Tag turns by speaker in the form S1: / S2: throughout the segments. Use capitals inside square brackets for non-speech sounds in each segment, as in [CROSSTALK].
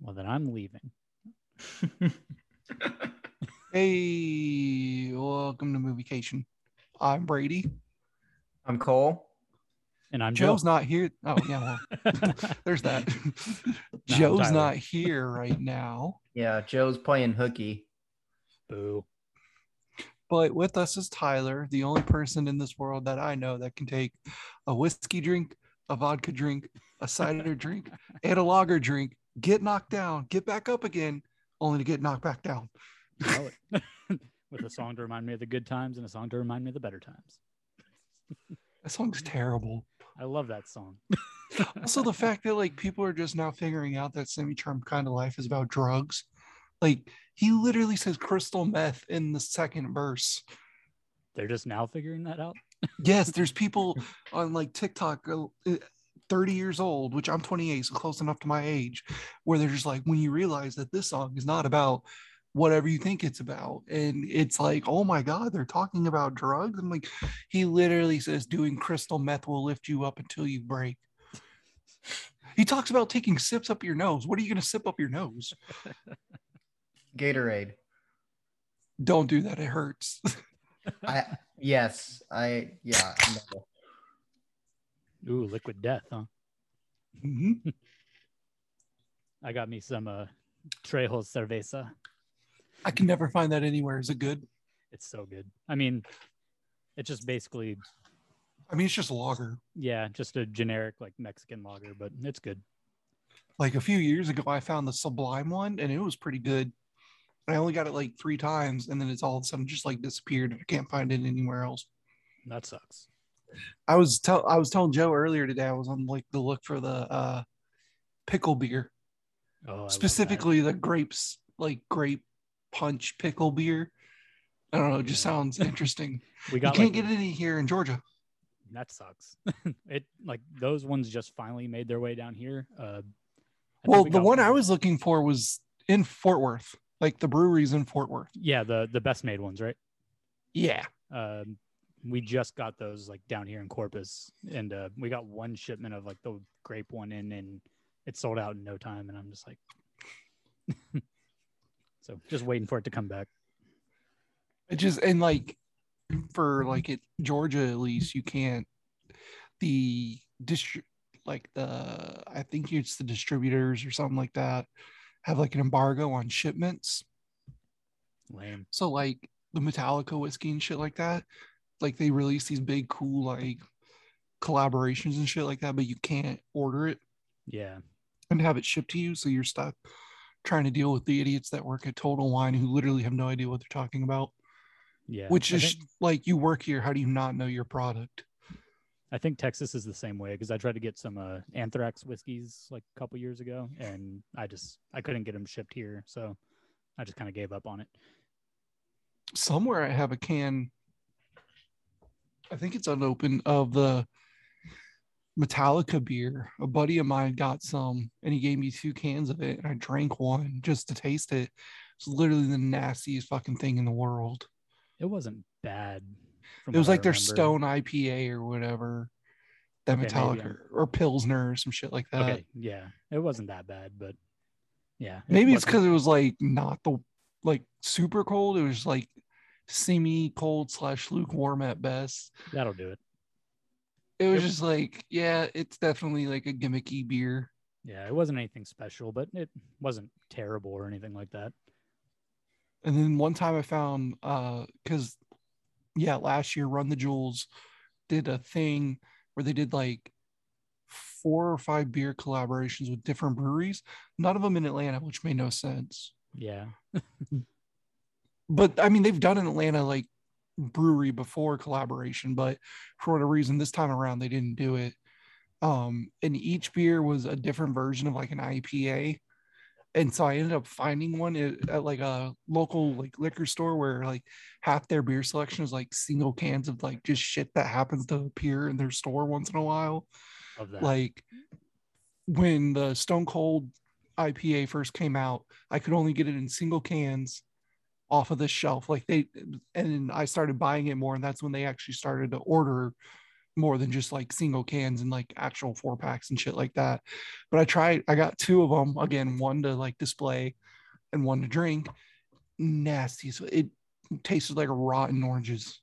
S1: Well, then I'm leaving.
S2: Hey, welcome to Moviecation. I'm Brady.
S3: I'm Cole.
S1: And I'm Joe.
S2: Joe's not here. Oh, yeah, [LAUGHS]
S1: [LAUGHS]
S2: well, there's that. [LAUGHS] Joe's
S1: Tyler.
S2: not here right now,
S3: Yeah, Joe's playing hooky.
S1: Boo.
S2: but with us is Tyler, the only person in this world that I know that can take a whiskey drink, a vodka drink,
S1: [LAUGHS]
S2: a cider drink, and a lager drink, get knocked down, get back up again, only to get knocked back down.
S1: Know it. [LAUGHS] With a song to remind me of the good times and a song to remind me of the better times.
S2: That song's terrible.
S1: I love that song.
S2: [LAUGHS] also the fact that like people are just now figuring out that semi-charmed kind of life is about drugs like he literally says crystal meth in the second verse
S1: They're just now figuring that out.
S2: yes there's people on like tiktok uh, 30 years old which i'm 28 so close enough to my age where they're just like when you realize that this song is not about whatever you think it's about and it's like oh my god they're talking about drugs i'm like he literally says doing crystal meth will lift you up until you break he talks about taking sips up your nose what are you going to sip up your nose
S3: Gatorade.
S2: don't do that it hurts [LAUGHS]
S3: I yes, I yeah. no.
S1: Ooh, liquid death, huh?
S2: Mhm.
S1: I got me some uh Trejo cerveza.
S2: i can never find that anywhere is it good
S1: It's so good. I mean, it's just basically
S2: i mean it's just lager
S1: yeah, just a generic like Mexican lager, but it's good.
S2: like a few years ago i found the sublime one and it was pretty good i only got it like three times and then it's all of a sudden just like disappeared i can't find it anywhere else
S1: That sucks.
S2: i was tell i was telling joe earlier today i was on like the look for the uh pickle beer
S1: Oh, I love that.
S2: specifically the grapes like grape punch pickle beer i don't know it just
S1: Yeah. [LAUGHS]
S2: sounds interesting
S1: we
S2: you
S1: got
S2: can't
S1: like,
S2: get it any here in georgia
S1: that sucks. [LAUGHS] it like those ones just finally made their way down here. Uh, I think
S2: well
S1: we
S2: the
S1: got
S2: one i was looking for was in fort worth like the breweries in fort worth
S1: yeah the the best made ones, right?
S2: yeah
S1: Um, we just got those like down here in Corpus, and uh, we got one shipment of like the grape one in, and it sold out in no time. And I'm just like, [LAUGHS] so just waiting for it to come back.
S2: It just and like for like it Georgia at least you can't the district like the I think it's the distributors or something like that have like an embargo on shipments.
S1: Lame.
S2: So like the Metallica whiskey and shit like that, like they release these big cool like collaborations and shit like that, but you can't order it
S1: Yeah.
S2: and have it shipped to you, so you're stuck trying to deal with the idiots that work at Total Wine who literally have no idea what they're talking about.
S1: Yeah.
S2: Which
S1: I
S2: is
S1: think,
S2: like you work here. How do you not know your product?
S1: I think Texas is the same way because I tried to get some uh, anthrax whiskeys like a couple years ago, and I just I couldn't get them shipped here, so I just kind of gave up on it.
S2: Somewhere I have a can. I think it's unopened of the Metallica beer. A buddy of mine got some and he gave me two cans of it and I drank one just to taste it. It's literally the nastiest fucking thing in the world.
S1: It wasn't bad. from
S2: It was
S1: what I
S2: like their
S1: remember.
S2: Stone IPA or whatever. That
S1: Okay, maybe
S2: Metallica
S1: I'm-
S2: or Pilsner or some shit like that.
S1: Okay, yeah, it wasn't that bad, but yeah, it
S2: Maybe
S1: wasn't-
S2: it's because it was like not the like super cold. It was like semi cold slash lukewarm at best.
S1: that'll do it.
S2: It was
S1: Yep.
S2: just like, yeah, it's definitely like a gimmicky beer.
S1: Yeah, it wasn't anything special, but it wasn't terrible or anything like that.
S2: And then one time I found uh because yeah, last year Run the Jewels did a thing where they did like four or five beer collaborations with different breweries, none of them in Atlanta, which made no sense.
S1: Yeah,
S2: but I mean, they've done an Atlanta like brewery before collaboration, but for whatever reason, this time around they didn't do it. Um, and each beer was a different version of like an IPA, and so I ended up finding one at, at like a local like liquor store where like half their beer selection is like single cans of like just shit that happens to appear in their store once in a while
S1: of that.
S2: like when the Stone Cold IPA first came out, I could only get it in single cans off of the shelf. Like they, and I started buying it more, and that's when they actually started to order more than just like single cans and like actual four packs and shit like that. But I tried, I got two of them again, one to like display and one to drink. Nasty. So it tasted like rotten oranges.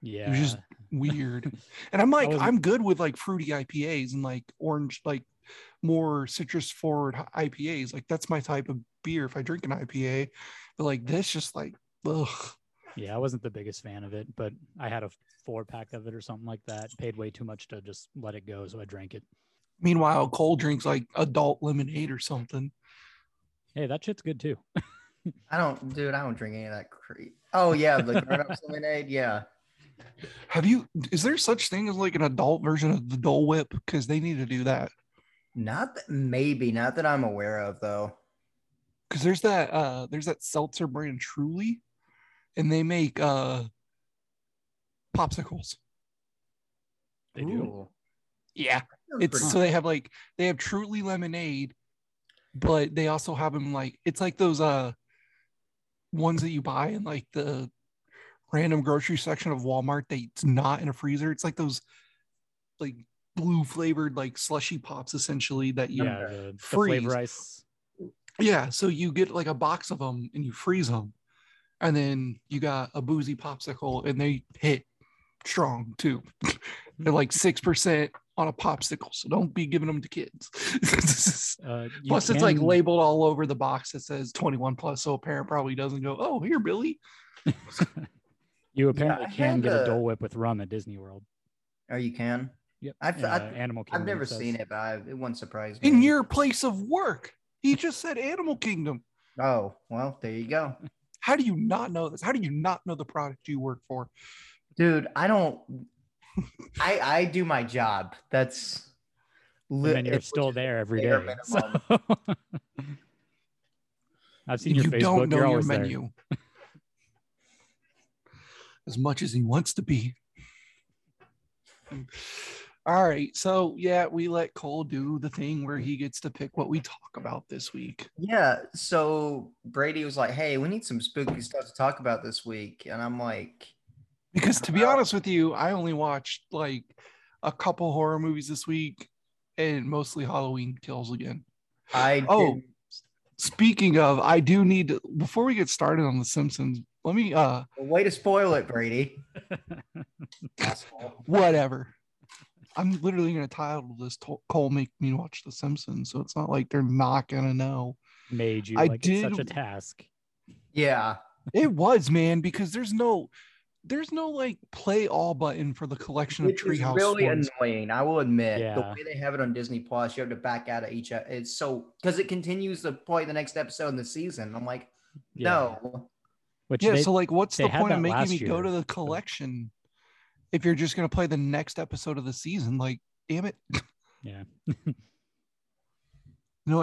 S1: Yeah.
S2: just- Weird. and I'm like,
S1: was-
S2: I'm good with like fruity IPAs and like orange, like more citrus forward IPAs. Like that's my type of beer if I drink an IPA. But like this, just like, ugh.
S1: yeah, I wasn't the biggest fan of it, but I had a four pack of it or something like that. Paid way too much to just let it go, so I drank it.
S2: Meanwhile, Cole drinks like adult lemonade or something.
S1: Hey, that shit's good too.
S3: I don't, dude. I don't drink any of that creep. Oh yeah, the grown up lemonade. Yeah,
S2: Have you? Is there such thing as like an adult version of the Dole Whip? Because they need to do that.
S3: not that, maybe not that I'm aware of though.
S2: Because there's that uh there's that seltzer brand Truly, and they make uh popsicles.
S1: They do.
S3: Ooh.
S2: Yeah, it's so they have like they have Truly lemonade, but they also have them like it's like those uh ones that you buy in like the random grocery section of Walmart that's not in a freezer. It's like those like blue flavored like slushy pops essentially that you
S1: Yeah, the, the
S2: Freeze.
S1: flavor ice.
S2: Yeah, so you get like a box of them and you freeze them, and then you got a boozy popsicle, and they hit strong too. [LAUGHS] They're like six percent on a popsicle, so don't be giving them to kids. [LAUGHS]
S1: Uh, you
S2: plus, it's like
S1: can-
S2: labeled all over the box that says twenty-one plus, so a parent probably doesn't go, "Oh, here, Billy."
S1: You apparently
S3: I
S1: can
S3: had
S1: get a
S3: a-
S1: Dole Whip with rum at Disney World.
S3: Oh, you can.
S1: Yep.
S3: I've-
S1: uh,
S3: I've-
S1: Animal Kingdom.
S3: I've never
S1: says.
S3: seen it, but I, it wouldn't surprise me.
S2: In your place of work, he just said Animal Kingdom.
S3: Oh well, there you go,
S2: How do you not know this? How do you not know the product you work for?
S3: dude.
S2: [LAUGHS]
S3: I don't. I I do my job. That's.
S1: And
S3: Li-
S1: then you're
S3: it's-
S1: still there every
S3: bare
S1: day. so- [LAUGHS] I've seen your
S2: you
S1: Facebook.
S2: don't know
S1: you're
S2: your
S1: always there.
S2: menu [LAUGHS] as much as he wants to be. All right, so yeah, we let Cole do the thing where he gets to pick what we talk about this week.
S3: Yeah. So Brady was like, "Hey, we need some spooky stuff to talk about this week," and I'm like,
S2: Because
S1: [LAUGHS]
S2: to be
S3: Wow.
S2: honest with you, I only watched like a couple horror movies this week and mostly Halloween kills again.
S3: "I
S2: Oh.
S3: did-
S2: Speaking of, I do need to, before we get started on The Simpsons, let me uh
S3: way to spoil it, Brady."
S1: [LAUGHS]
S2: whatever. I'm literally gonna title this to- Cole make me watch The Simpsons, so it's not like they're not gonna know.
S1: Made you
S2: I
S1: like it's such a
S2: did-
S1: task.
S3: yeah. [LAUGHS]
S2: It was man, because there's no, there's no like play all button for the collection of
S3: Which is
S2: Treehouse
S3: really
S2: ones.
S3: annoying. I will admit the
S1: Yeah.
S3: way they have it on Disney Plus, you have to back out of each. It's so because it continues to play the next episode in the season. I'm like,
S1: Yeah.
S3: no,
S1: Which
S2: yeah,
S1: they,
S2: so like, what's
S1: they
S2: the
S1: had
S2: point of
S1: that
S2: making
S1: last
S2: me go
S1: year,
S2: to the collection if you're just gonna play the next episode of the season? Like, damn it.
S1: Yeah.
S2: No,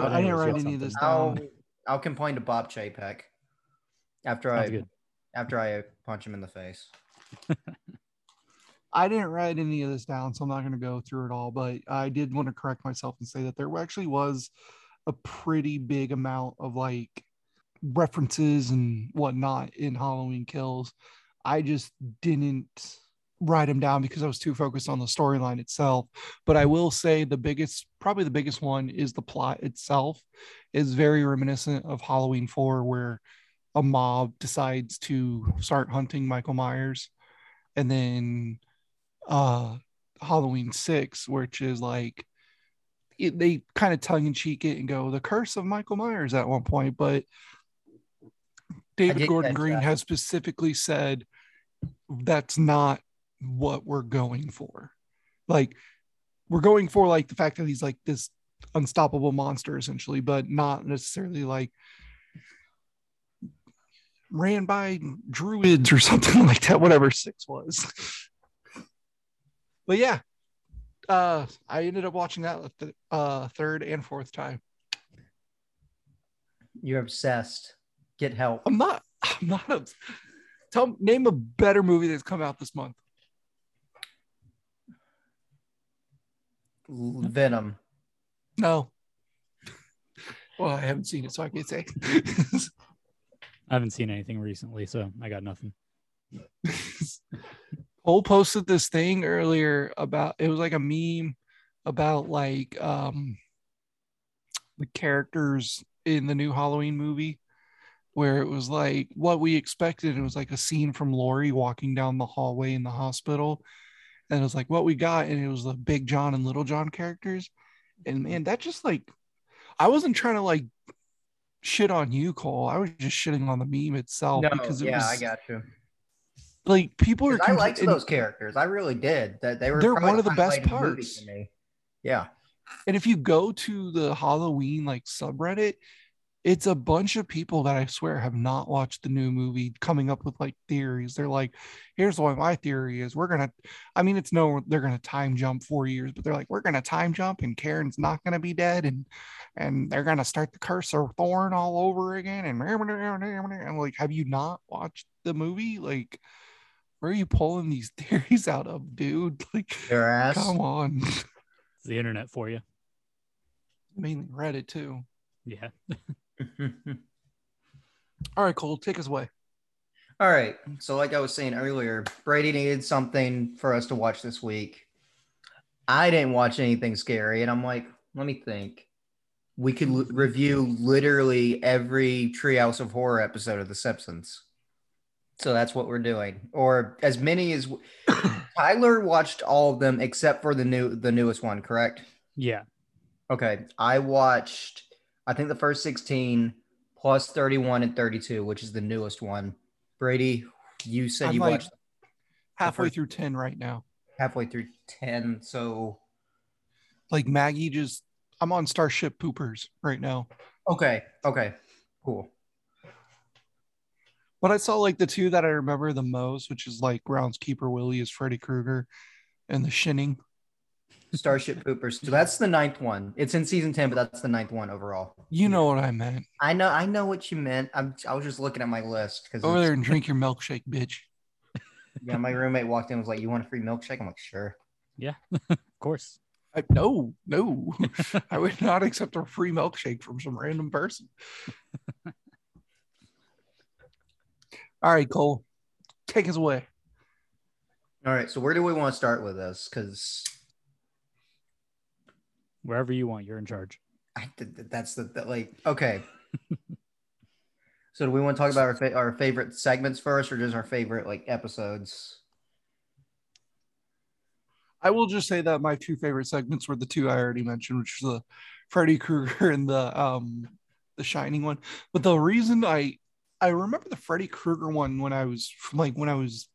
S1: [LAUGHS] I'll
S2: I didn't
S1: always
S2: write
S1: get
S2: any of this
S1: something.
S3: I'll
S2: down.
S3: I'll complain to Bob Chapek after
S1: sounds
S3: I
S1: good.
S3: after I punch him in the face.
S2: I didn't write any of this down, so I'm not going to go through it all. But I did want to correct myself and say that there actually was a pretty big amount of like references and whatnot in Halloween Kills. I just didn't write them down because I was too focused on the storyline itself. But I will say the biggest, probably the biggest one is the plot itself is very reminiscent of Halloween 4, where a mob decides to start hunting Michael Myers. And then uh Halloween six, which is like it, they kind of tongue in cheek it and go the curse of Michael Myers at one point, but David
S3: did
S2: Gordon
S3: catch
S2: Green
S3: that.
S2: has specifically said that's not what we're going for. Like we're going for like the fact that he's like this unstoppable monster essentially, but not necessarily like ran by druids or [LAUGHS] something like that, whatever six was. but yeah uh i ended up watching that the th- uh third and fourth time
S3: You're obsessed. Get help.
S2: i'm not i'm not a, tell name a better movie that's come out this month
S3: L- Venom.
S2: [LAUGHS] no well i haven't seen it so i can't say
S1: I haven't seen anything recently, so I got nothing.
S2: Cole posted this thing earlier about it was like a meme about like um the characters in the new Halloween movie where it was like what we expected. It was like a scene from Laurie walking down the hallway in the hospital. And it was like what we got, and it was the Big John and Little John characters. And
S3: Mm-hmm.
S2: man, that just like I wasn't trying to like shit on you, Cole. I was just shitting on the meme itself
S3: No,
S2: because it
S3: yeah,
S2: was
S3: I got you.
S2: like people are
S3: 'Cause I
S2: compl-
S3: liked
S2: and-
S3: those characters. I really did. That they were.
S2: They're
S3: probably
S2: one of the best
S3: highlight of movie
S2: parts.
S3: to me. Yeah.
S2: And if you go to the Halloween like subreddit, it's a bunch of people that I swear have not watched the new movie coming up with like theories. They're like, here's what my theory is. We're gonna, I mean, it's no, they're gonna time jump four years, but they're like, we're gonna time jump and Karen's not gonna be dead and and they're gonna start the curse of thorn all over again. And I'm like, have you not watched the movie? Like, where are you pulling these [LAUGHS] theories out of, dude? Like,
S3: Their ass.
S2: come on. [LAUGHS] I
S1: It's the internet for you.
S2: Mainly Reddit too.
S1: Yeah.
S3: [LAUGHS]
S2: All right, Cole, take us away.
S3: All right. So, like I was saying earlier, Brady needed something for us to watch this week. I didn't watch anything scary, and I'm like, let me think. We could l- review literally every Treehouse of Horror episode of The Simpsons. So that's what we're doing, or as many as [COUGHS] Tyler watched all of them except for the new the newest one, correct?
S1: Yeah.
S3: Okay, I watched I think the first 16 plus 31 and 32, which is the newest one. Brady, you said
S2: I'm
S3: you
S2: like-
S3: watched
S2: Halfway
S3: first-
S2: through 10 right now.
S3: halfway through 10, so
S2: Like Maggie just I'm on Starship Poopers right now.
S3: okay, okay. Cool.
S2: But I saw like the two that I remember the most, which is like Groundskeeper Willie is Freddy Krueger and the Shinning.
S3: Starship Poopers. So that's the ninth one. It's in season 10, but that's the ninth one overall.
S2: You know what I meant.
S3: I know I know what you meant. I'm, I was just looking at my list because
S2: Over there and drink your milkshake, bitch.
S3: yeah, my roommate walked in and was like, You want a free milkshake? I'm like, sure.
S1: Of course.
S2: I, no, no. I would not accept a free milkshake from some random person. All right, Cole. Take us away.
S3: All right, so where do we want to start with this? Because
S1: Wherever you want, you're in charge.
S3: I, th- th- that's the, the like okay. [LAUGHS] so do we want to talk about our fa- our favorite segments first, or just our favorite like episodes?
S2: I will just say that my two favorite segments were the two I already mentioned, which was the Freddy Krueger [LAUGHS] and the um the Shining one. But the reason I I remember the Freddy Krueger one when I was like when I was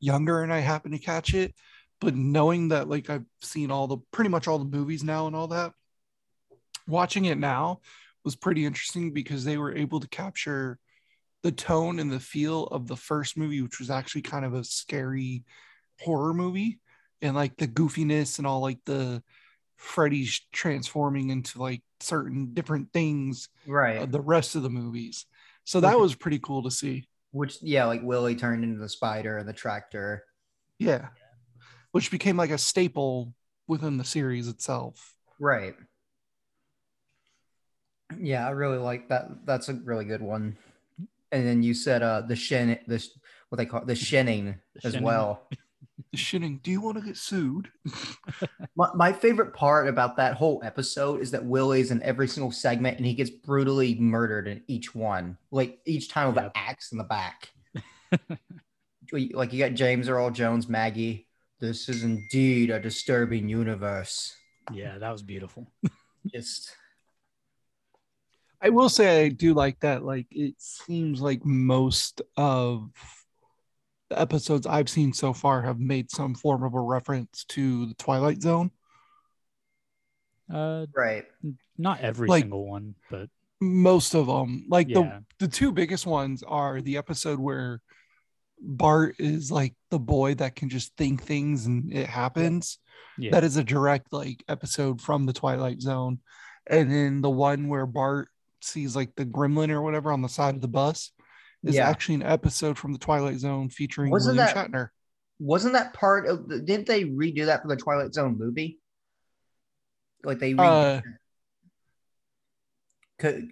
S2: younger and I happened to catch it, but knowing that like I've seen all the pretty much all the movies now and all that, watching it now was pretty interesting because they were able to capture the tone and the feel of the first movie, which was actually kind of a scary horror movie and like the goofiness and all like the Freddy's transforming into like certain different things
S3: Right.
S2: of the rest of the movies. So that
S3: Okay.
S2: was pretty cool to see.
S3: Which yeah, like Willie turned into the spider and the tractor.
S2: Yeah. Which became like a staple within the series itself.
S3: Right. Yeah, I really like that. That's a really good one. And then you said uh the shin this what they call the shinning
S1: The
S3: as
S1: shinning.
S3: well.
S2: The shitting, do you want to get sued?
S3: My, my favorite part about that whole episode is that Willie's in every single segment and he gets brutally murdered in each one, like each time with an
S1: Yep.
S3: axe in
S2: [LAUGHS]
S3: the back. like you got James Earl Jones, Maggie. This is indeed a disturbing universe.
S1: Yeah, that was beautiful.
S3: Just
S2: I will say I do like that. Like it seems like most of the episodes I've seen so far have made some form of a reference to the Twilight Zone.
S1: Uh,
S3: right.
S1: not every
S2: Like-
S1: single one, but
S2: most of them like
S1: yeah,
S2: the the two biggest ones are the episode where bart is like the boy that can just think things and it happens
S1: yeah,
S2: that is a direct like episode from the twilight zone and then the one where bart sees like the gremlin or whatever on the side of the bus is
S3: Yeah.
S2: actually an episode from the twilight zone featuring
S3: Wasn't
S2: william
S3: that-
S2: shatner
S3: Wasn't that part of the, didn't they redo that for the Twilight Zone movie? Like they
S2: Uh,
S3: redid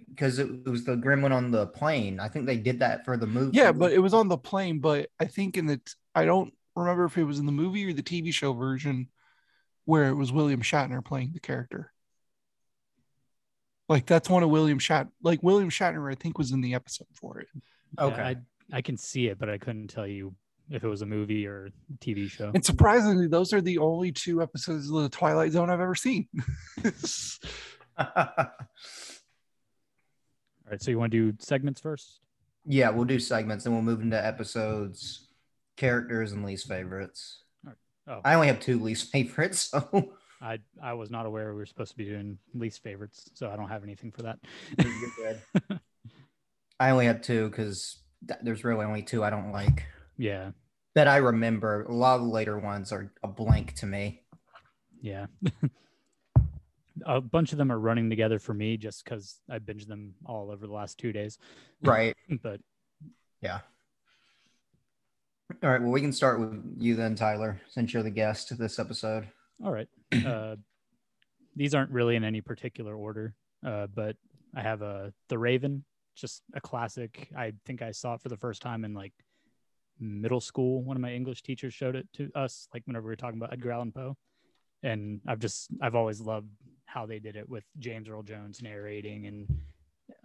S3: because it was the gremlin on the plane. I think they did that for the movie.
S2: Yeah, but it was on the plane. But I think in the t- I don't remember if it was in the movie or the TV show version where it was William Shatner playing the character. Like that's one of William Shat like William Shatner I think was in the episode for it.
S1: Yeah,
S3: okay.
S1: I, I can see it, but I couldn't tell you if it was a movie or TV show.
S2: And surprisingly, those are the only two episodes of the Twilight Zone I've ever seen. [LAUGHS]
S1: All right, so you want to do segments first?
S3: [LAUGHS] yeah, we'll do segments and we'll move into episodes, characters, and least favorites.
S1: Oh,
S3: I only have two least [LAUGHS] favorites, so
S1: I I was not aware we were supposed to be doing least favorites, so I don't have anything for that.
S3: you're good. I only have two because there's really only two I don't like
S1: [LAUGHS] yeah,
S3: that I remember. A lot of the later ones are a blank to me.
S1: yeah. [LAUGHS] a bunch of them are running together for me just because I binged them all over the last two days.
S3: Right.
S1: [LAUGHS] But
S3: All right. Well, we can start with you then, Tyler, since you're the guest this episode.
S1: all right, uh, these aren't really in any particular order, uh, but I have a The Raven, just a classic. I think I saw it for the first time in like middle school. One of my English teachers showed it to us, like whenever we were talking about Edgar Allan Poe. And I've just I've always loved how they did it with James Earl Jones narrating and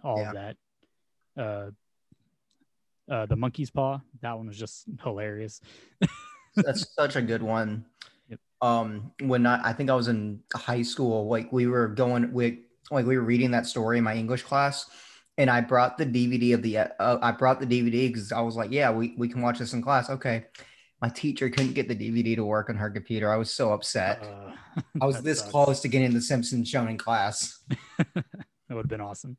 S1: all of that. Uh, uh, the Monkey's Paw, that one was just hilarious.
S3: That's such a good one.
S1: Yep.
S3: Um, when I, I think I was in high school, like we were going with, like we were reading that story in my English class, and I brought the DVD of the, uh, I brought the DVD because I was like, yeah, we we can watch this in class. Okay. My teacher couldn't get the DVD to work on her computer. I was so upset.
S1: Uh, [LAUGHS]
S3: I was
S1: that
S3: this
S1: sucks.
S3: close to getting the Simpsons shown
S1: [LAUGHS]
S3: in class.
S1: That would have been
S3: [LAUGHS]
S1: awesome.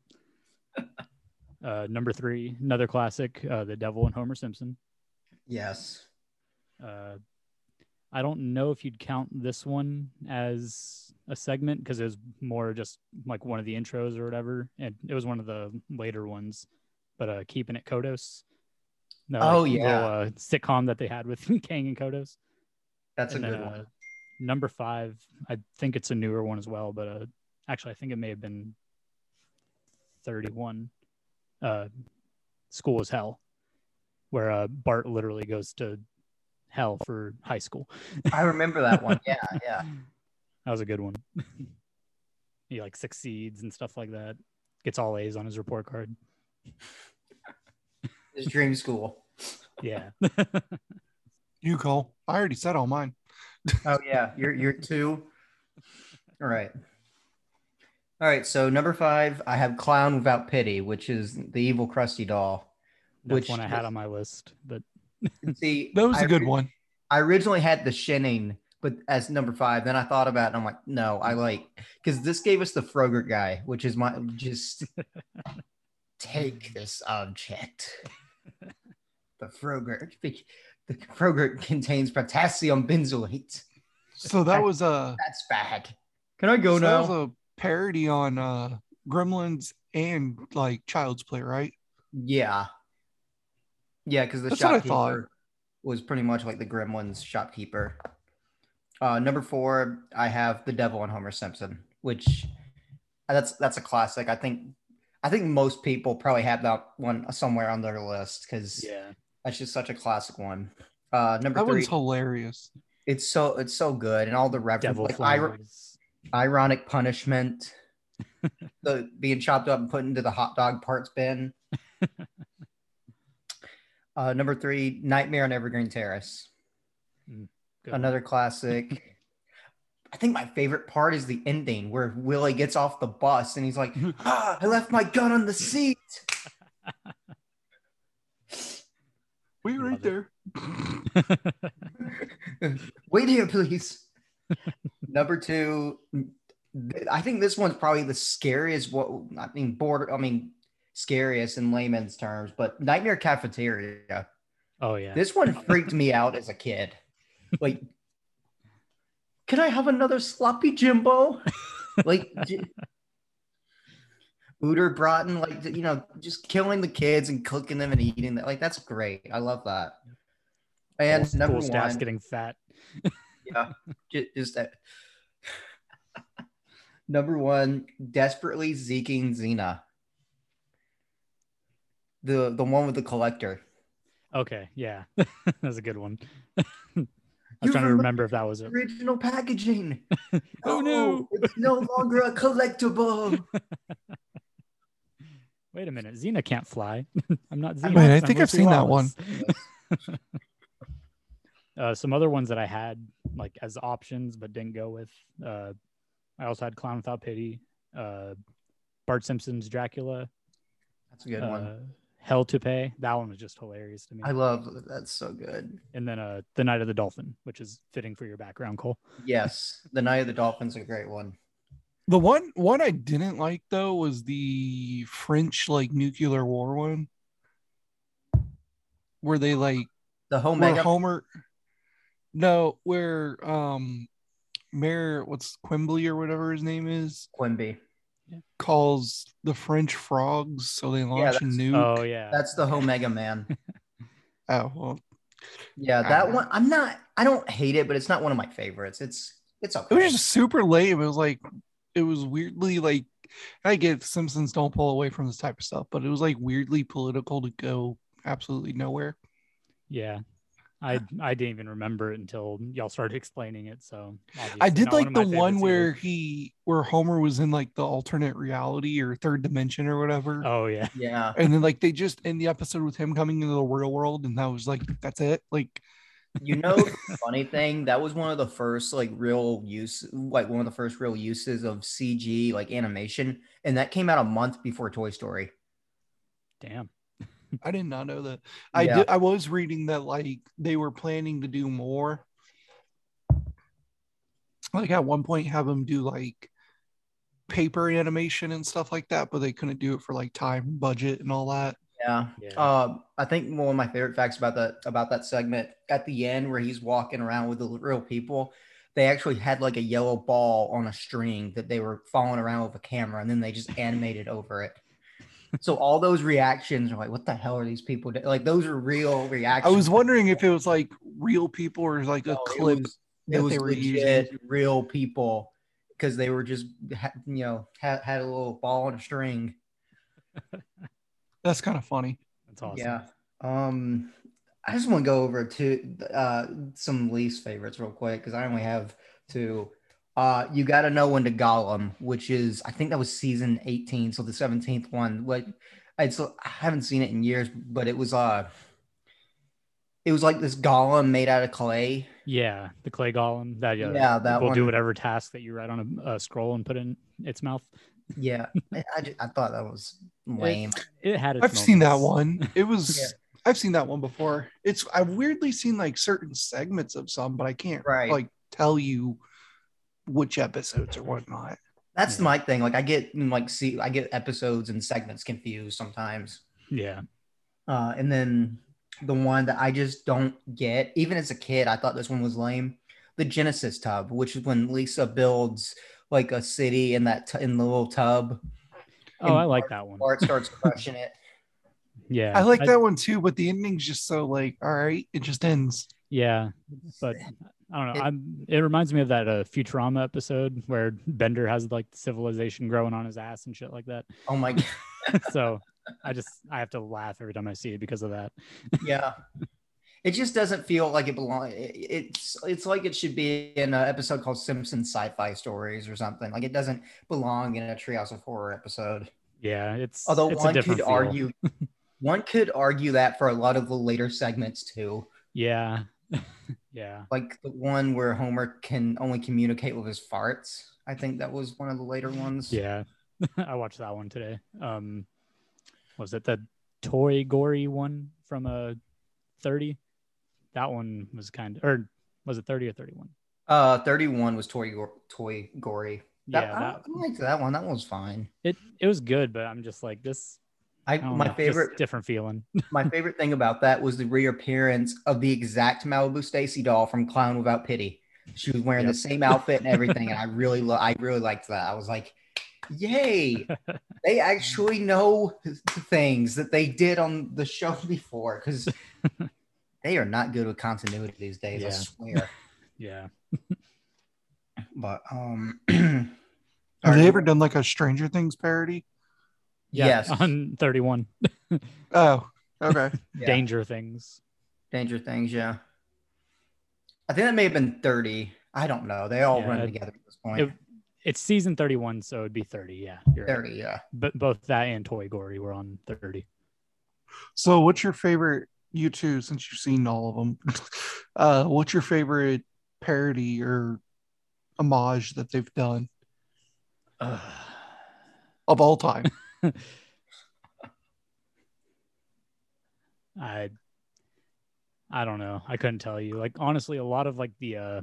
S1: Uh, number three, another classic, uh, The Devil and Homer Simpson.
S3: Yes.
S1: Uh, I don't know if you'd count this one as a segment because it was more just like one of the intros or whatever, and it was one of the later ones. But uh, keeping it Kodos. No,
S3: Oh, yeah.
S1: little, uh, sitcom that they had with [LAUGHS] Kang and Kodos.
S3: That's a
S1: And then,
S3: good
S1: uh,
S3: one.
S1: number five, I think it's a newer one as well, but uh, actually, I think it may have been 31. Uh, School is Hell, where uh, Bart literally goes to hell for high school.
S3: I remember that
S1: [LAUGHS]
S3: one. Yeah, yeah.
S1: That was a good one. [LAUGHS] he like succeeds and stuff like that, gets all A's on his report card.
S3: His dream school.
S1: Yeah.
S2: you Cole, I already said all mine.
S3: Oh yeah, you're you're two. All right. All right, so number five, I have Clown Without Pity, which is the evil crusty doll.
S1: That's
S3: Which-
S1: one I had on my list, but
S3: [LAUGHS] See,
S2: That was
S3: I
S2: a good
S3: ori-
S2: one.
S3: I originally had the Shinning, but as number five, then I thought about it and I'm like, no, I like because this gave us the Frogurt guy, which is my just take this object. The Frogurt the Frogurt contains potassium benzoate.
S2: So that was a
S3: That's bad. Can I go
S2: so
S3: now?
S2: that was a parody on uh Gremlins and like Child's Play, right?
S3: Yeah. Yeah, because the
S2: That's what I thought.
S3: shopkeeper was pretty much like the Gremlins shopkeeper. Uh, number four, I have the Devil and Homer Simpson, which uh, that's that's a classic. I think I think most people probably have that one somewhere on their list because
S1: yeah.
S3: that's just such a classic one. Uh, number
S2: That
S3: three,
S2: one's hilarious.
S3: it's so it's so good, and all the references,
S1: Devil
S3: like ir- [LAUGHS]
S1: Flies. [LAUGHS]
S3: ironic punishment, the being chopped up and put into the hot dog parts
S1: [LAUGHS]
S3: bin. uh, number three, Nightmare on Evergreen Terrace,
S1: Mm, Good one.
S3: another classic.
S1: [LAUGHS]
S3: I think my favorite part is the ending where Willie gets off the bus and
S1: [LAUGHS]
S3: he's like, "Ah, I left my gun on the seat.
S2: We
S1: Love
S2: right
S1: it.
S2: there.
S3: [LAUGHS] Wait here, please." number two, I think this one's probably the scariest. What I mean, border. I mean, scariest in layman's terms, but Nightmare Cafeteria.
S1: oh, yeah.
S3: This one freaked me out as a kid. Like, can I have another sloppy Jimbo? Like, j- Uter Broughton, like, you know, just killing the kids and cooking them and eating them. Like, that's great. I love that. And
S1: School
S3: number
S1: staff's
S3: one,
S1: getting fat.
S3: ju- just that. [LAUGHS] number one, desperately seeking Xena. the the one with the collector.
S1: Okay, yeah, [LAUGHS] that's a good one. [LAUGHS] I was trying to remember if that was it.
S2: [LAUGHS]
S3: Original packaging.
S1: Oh, no.
S3: It's no longer a collectible.
S1: Wait a minute, Xena can't fly. [LAUGHS] I'm not Xena.
S2: Wait, I
S1: I'm
S2: think I've
S1: Lucy
S2: seen that
S1: Lawless. [LAUGHS] uh, some other ones that I had like as options but didn't go with. Uh, I also had Clown Without Pity, uh, Bart Simpson's Dracula,
S3: That's a good one.
S1: uh, Hell to Pay. That one was just hilarious to me.
S3: I love that's so good.
S1: and then uh, The Night of the Dolphin, which is fitting for your background, Cole.
S3: Yes, the Night of the Dolphins a great one.
S2: The one one I didn't like though was the French like nuclear war one, where they like
S3: The home
S2: where
S3: Oh, Mega.
S2: Homer, no, where um, Mayor what's Quimbley or whatever his name is
S3: Quimby.
S2: calls the French frogs, so they launch a
S3: that's-
S2: nuke.
S1: Oh yeah,
S3: That's the home Mega Man.
S2: Oh, well,
S3: [LAUGHS] Yeah, that
S2: Ah.
S3: one. I'm not. I don't hate it, but it's not one of my favorites. It's it's
S2: it
S3: okay.
S2: was just super lame. It was like it was weirdly like I get Simpsons don't pull away from this type of stuff, but it was like weirdly political to go absolutely nowhere.
S1: yeah. I I didn't even remember it until y'all started explaining it. So
S2: I
S1: obviously
S2: did
S1: not
S2: like
S1: of my
S2: the one
S1: favorites
S2: where
S1: either.
S2: he where Homer was in like the alternate reality or third dimension or whatever.
S1: Oh yeah,
S3: yeah.
S2: And then like they just end the episode with him coming into the real world and that was like that's it. Like
S3: You know, the funny thing that was one of the first like real use, like one of the first real uses of CG like animation, and that came out a month before Toy Story.
S1: damn.
S2: I did not know that. I
S3: Yeah.
S2: did I was reading that like they were planning to do more. Like at one point have him do like paper animation and stuff like that, but they couldn't do it for like time, budget and all that.
S3: Yeah.
S1: Yeah.
S3: Um, I think one of my favorite facts about that about that segment at the end where he's walking around with the real people, they actually had like a yellow ball on a string that they were following around with a camera, and then they just animated over it. So all those reactions are like, what the hell are these people do-" like? Those are real
S2: I
S3: reactions.
S2: was wondering if it was like real people or like a
S3: No, it
S2: clip
S3: was-
S2: that
S3: it was
S2: they were using.
S3: legit real people because they were just ha- you know had, had a little ball and a string.
S2: That's kind of funny.
S1: That's awesome.
S3: Yeah. Um, I just want to go over to uh, some least favorites real quick because I only have two. Uh, you got to know when to Gollum, which is I think that was season eighteen, so the seventeenth one. Like, it's I haven't seen it in years, but it was uh, it was like this Gollum made out of clay.
S1: Yeah, the clay golem. That yeah,
S3: Yeah, that
S1: will do
S3: one.
S1: whatever task that you write on a, a scroll and put in its mouth.
S3: Yeah,
S2: [LAUGHS]
S3: I, I, ju- I thought that was lame.
S1: It had. Its
S2: I've seen that
S1: moments.
S2: one. It was
S3: Yeah.
S2: I've seen that one before. It's I've weirdly seen like certain segments of some, but I can't
S3: Right.
S2: like tell you which episodes or whatnot.
S3: That's
S1: Yeah.
S3: my thing. Like I get mm, like see I get episodes and segments confused sometimes.
S1: Yeah,
S3: Uh, and then the one that I just don't get, even as a kid, I thought this one was lame. The Genesis tub, which is when Lisa builds like a city in that t- in the little tub.
S1: Oh,
S3: And
S1: I like that one.
S3: Bart
S1: [LAUGHS]
S3: starts crushing it.
S1: Yeah,
S2: I like that one too, but the ending's just so like, all right, it just ends.
S1: Yeah, but I don't know.
S3: It-
S1: I'm. It reminds me of that uh, Futurama episode where Bender has like civilization growing on his ass and shit like that. [LAUGHS]
S3: Oh my god!
S1: so I just I have to laugh every time I see it because of that.
S3: Yeah, it just doesn't feel like it belongs. It's it's like it should be in an episode called Simpson Sci-Fi Stories or something. Like it doesn't belong in a Treehouse of Horror episode.
S1: Yeah, it's
S3: Although
S1: it's a
S3: one
S1: different
S3: could
S1: feel. [LAUGHS]
S3: argue, one could argue that for a lot of the later segments too,
S1: Yeah, [LAUGHS] yeah.
S3: like the one where Homer can only communicate with his farts. I think that was one of the later ones.
S1: Yeah, [LAUGHS] I watched that one today. Um, was it the toy gory one from a thirty? That one was kind of, or was it thirty or thirty-one?
S3: Uh, thirty-one was toy Go- toy gory. That,
S1: yeah,
S3: I,
S1: that,
S3: I liked that one. That one was fine.
S1: it it was good, but I'm just like this.
S3: I,
S1: I don't
S3: my
S1: know, just
S3: favorite
S1: different feeling.
S3: my favorite thing about that was the reappearance of the exact Malibu Stacy doll from Clown Without Pity. She was wearing
S1: Yep.
S3: the same outfit and everything, and I really lo- I really liked that. I was like, "Yay!
S1: [LAUGHS]
S3: They actually know things that they did on the show [LAUGHS] before."
S1: [LAUGHS]
S3: Because they are not good with continuity these days. I
S1: Yeah. [LAUGHS]
S3: swear.
S1: Yeah,
S3: But um, [CLEARS THROAT]
S2: Have they ever done like a Stranger Things parody?
S1: Yeah,
S3: Yes.
S1: on 31
S2: Oh, okay.
S3: Yeah.
S1: danger things.
S3: Danger Things, yeah. I think that may have been 30. I don't know. They all
S1: Yeah,
S3: run
S1: it-
S3: together at this point.
S1: it- It's season 31, so it'd be 30. Yeah, you're right.
S3: 30, yeah.
S1: But both that and Toy Gory were on 30.
S2: so, what's your favorite? You two, since you've seen all of them, [LAUGHS] uh, what's your favorite parody or homage that they've done of all time?
S1: I I don't know. I couldn't tell you. Like honestly, a lot of like the uh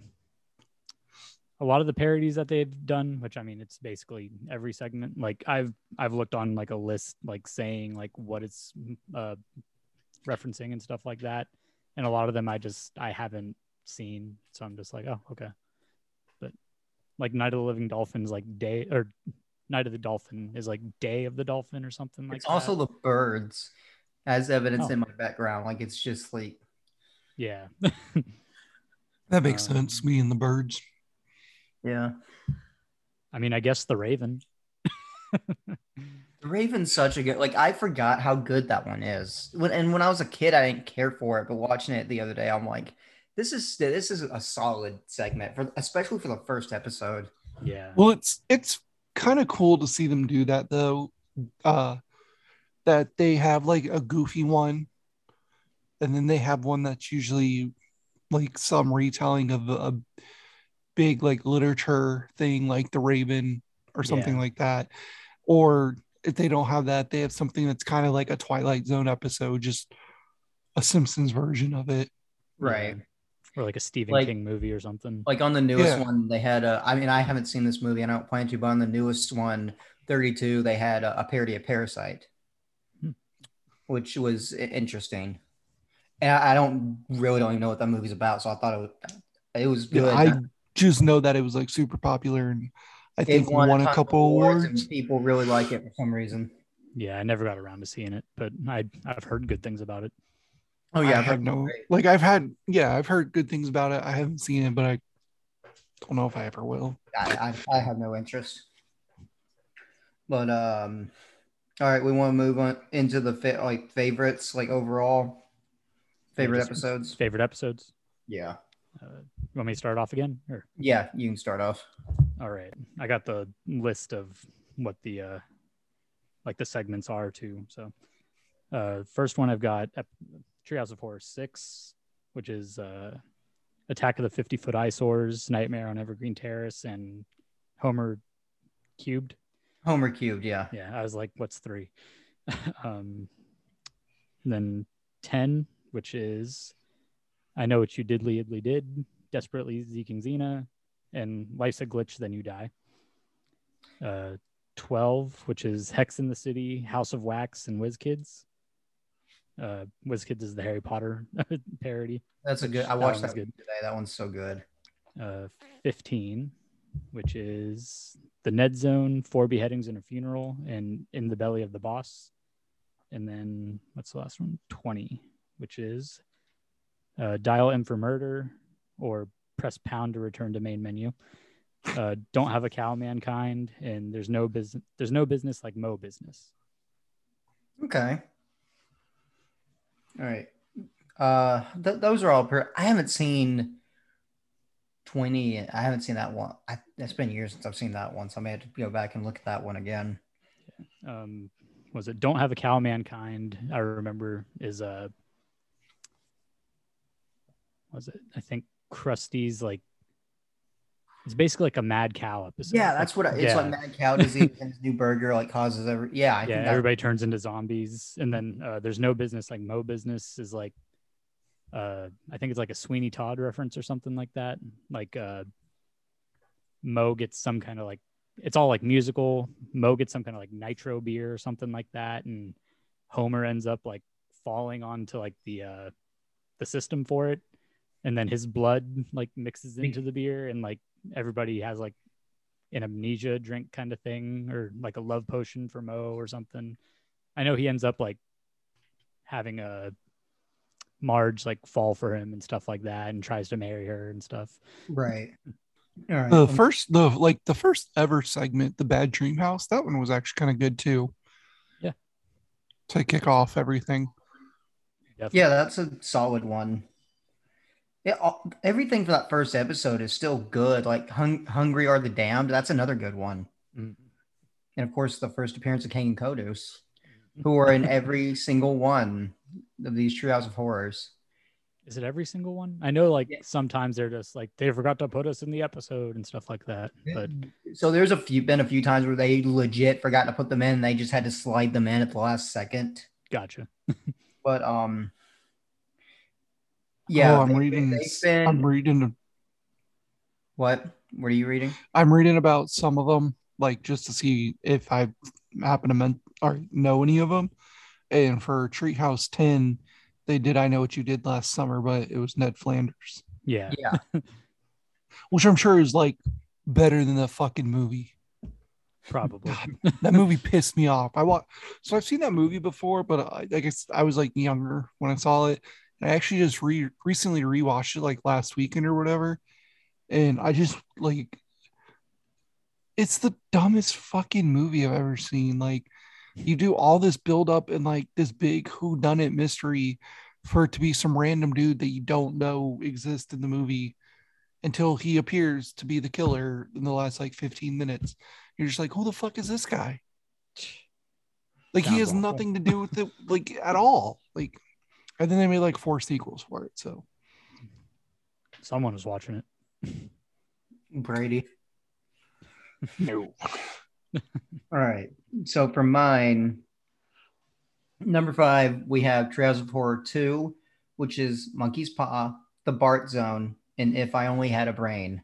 S1: a lot of the parodies that they've done, which I mean it's basically every segment. Like I've I've looked on like a list like saying like what it's uh referencing and stuff like that. And a lot of them I just I haven't seen. So I'm just like, oh okay. But like Night of the Living Dolphins like day or Night of the Dolphin is like Day of the Dolphin or something like
S3: it's
S1: that.
S3: also the birds, as evidenced
S1: Oh.
S3: in my background. Like, it's just like,
S1: yeah.
S2: That makes
S1: Um,
S2: sense. Me and the birds.
S3: yeah.
S1: I mean, I guess the Raven.
S3: The Raven's such a good, like, I forgot how good that one is. When, and when I was a kid, I didn't care for it, but watching it the other day, I'm like, this is this is a solid segment for especially for the first episode.
S1: Yeah.
S2: Well, it's it's kind of cool to see them do that though. Uh, that they have like a goofy one, and then they have one that's usually like some retelling of a big like literature thing, like The Raven or something
S1: Yeah.
S2: like that. Or if they don't have that, they have something that's kind of like a Twilight Zone episode, just a Simpsons version of it.
S3: Right.
S1: Or like a Stephen
S3: Like-
S1: King movie or something.
S3: Like on the newest
S2: Yeah.
S3: one, they had a. I mean, I haven't seen this movie. I don't plan to, but on the newest one, 32, they had a, a parody of Parasite,
S1: Hmm.
S3: which was i- interesting. And I, I don't really don't even know what that movie's about, so I thought it was, it was
S2: Yeah,
S3: good.
S2: I just know that it was like super popular, and I think won, a
S3: ton
S2: couple
S3: of
S2: awards.
S3: and people really like it for some reason.
S1: yeah, I never got around to seeing it, but I I've heard good things about it.
S3: Oh
S2: I have no like I've had yeah I've heard good things about it. I haven't seen it, but I don't know if I ever will.
S3: I, I, I have no interest. But um, all right, we want to move on into the fa- like favorites, like overall favorite
S1: just-
S3: episodes.
S1: Favorite episodes?
S3: Yeah,
S1: Uh, you want me to start off again? Or
S3: yeah, you can start off.
S1: all right, I got the list of what the uh like the segments are too. So uh first one I've got ep- Treehouse of Horror six, which is uh Attack of the Fifty Foot Eyesores, Nightmare on Evergreen Terrace, and Homer Cubed.
S3: Homer cubed, yeah.
S1: yeah i was like what's three [LAUGHS] um then 10 which is i know what you did leadly did desperately seeking xena and life's a glitch then you die uh 12 which is hex in the city house of wax and whiz kids uh whiz kids is the harry potter [LAUGHS] parody
S3: That's a good. I
S1: That
S3: watched
S1: one's
S3: that, one today. That one's so good.
S1: uh 15 which is the ned zone four beheadings and a funeral and in the belly of the boss and then what's the last one 20 which is uh, dial in for murder or press pound to return to main menu uh, don't have a cow mankind and there's no business there's no business like mo business
S3: Okay. All right. Uh, th- those are all. Per- I haven't seen twenty. I haven't seen that one. I, it's been years since I've seen that one, so I may have to go back and look at that one again.
S1: um was it don't have a cow mankind i remember is uh was it i think krusty's like it's basically like a mad cow episode
S3: Yeah, that's what I, it's
S1: yeah.
S3: like. Mad cow disease and his new burger like causes every. Yeah, I
S1: yeah
S3: think that,
S1: everybody turns into zombies and then uh, there's no business like mo business is like uh i think it's like a sweeney todd reference or something like that like uh mo gets some kind of like it's all like musical mo gets some kind of like nitro beer or something like that and homer ends up like falling onto like the uh the system for it and then his blood like mixes into the beer and like everybody has like an amnesia drink kind of thing or like a love potion for Mo or something. I know he ends up like having a Marge like fall for him and stuff like that and tries to marry her and stuff.
S3: right.
S1: [LAUGHS]
S3: All right.
S2: The first the like the first ever segment, the Bad Dream House, that one was actually kind of good too. to kick off everything.
S1: Definitely.
S3: Yeah, that's a solid one. Yeah, all, everything for that first episode is still good. Like hung, "Hungry Are the Damned," that's another good one.
S1: Mhm.
S3: And of course, the first appearance of King and Kodos, who are
S2: [LAUGHS]
S3: in every single one of these Treehouse of Horrors.
S1: Is it every single one? I know, like
S3: Yeah.
S1: sometimes they're just like they forgot to put us in the episode and stuff like that. But
S3: So there's a few been a few times where they legit forgot to put them in. They just had to slide them in at the last second.
S1: gotcha.
S3: But um, yeah,
S2: Oh, I'm
S3: they-
S2: reading.
S3: they've
S2: s-
S3: been-
S2: I'm reading.
S3: What? What are you reading?
S2: I'm reading about some of them, like just to see if I happen to men- or know any of them. And for Treehouse Ten, they did. I know what you did last summer, but it was Ned Flanders,
S1: Yeah,
S3: Yeah.
S2: which I'm sure is like better than the fucking movie.
S1: probably.
S2: that movie pissed me off. I wa- so I've seen that movie before, but I, I guess I was like younger when I saw it. And I actually just re recently rewatched it like last weekend or whatever, and I just like it's the dumbest fucking movie I've ever seen. Like you do all this build up and like this big who done it mystery for it to be some random dude that you don't know exists in the movie until he appears to be the killer in the last like 15 minutes you're just like, who the fuck is this guy? Like he
S1: Sounds
S2: has
S1: awful.
S2: nothing to do with it, like at all. Like, and then they made like four sequels for it. So
S1: Someone was watching it.
S3: Brady.
S2: no,
S3: All right. So for mine, number five, we have Trails of Horror 2, which is Monkey's Paw, The Bart Zone, and If I Only Had a Brain.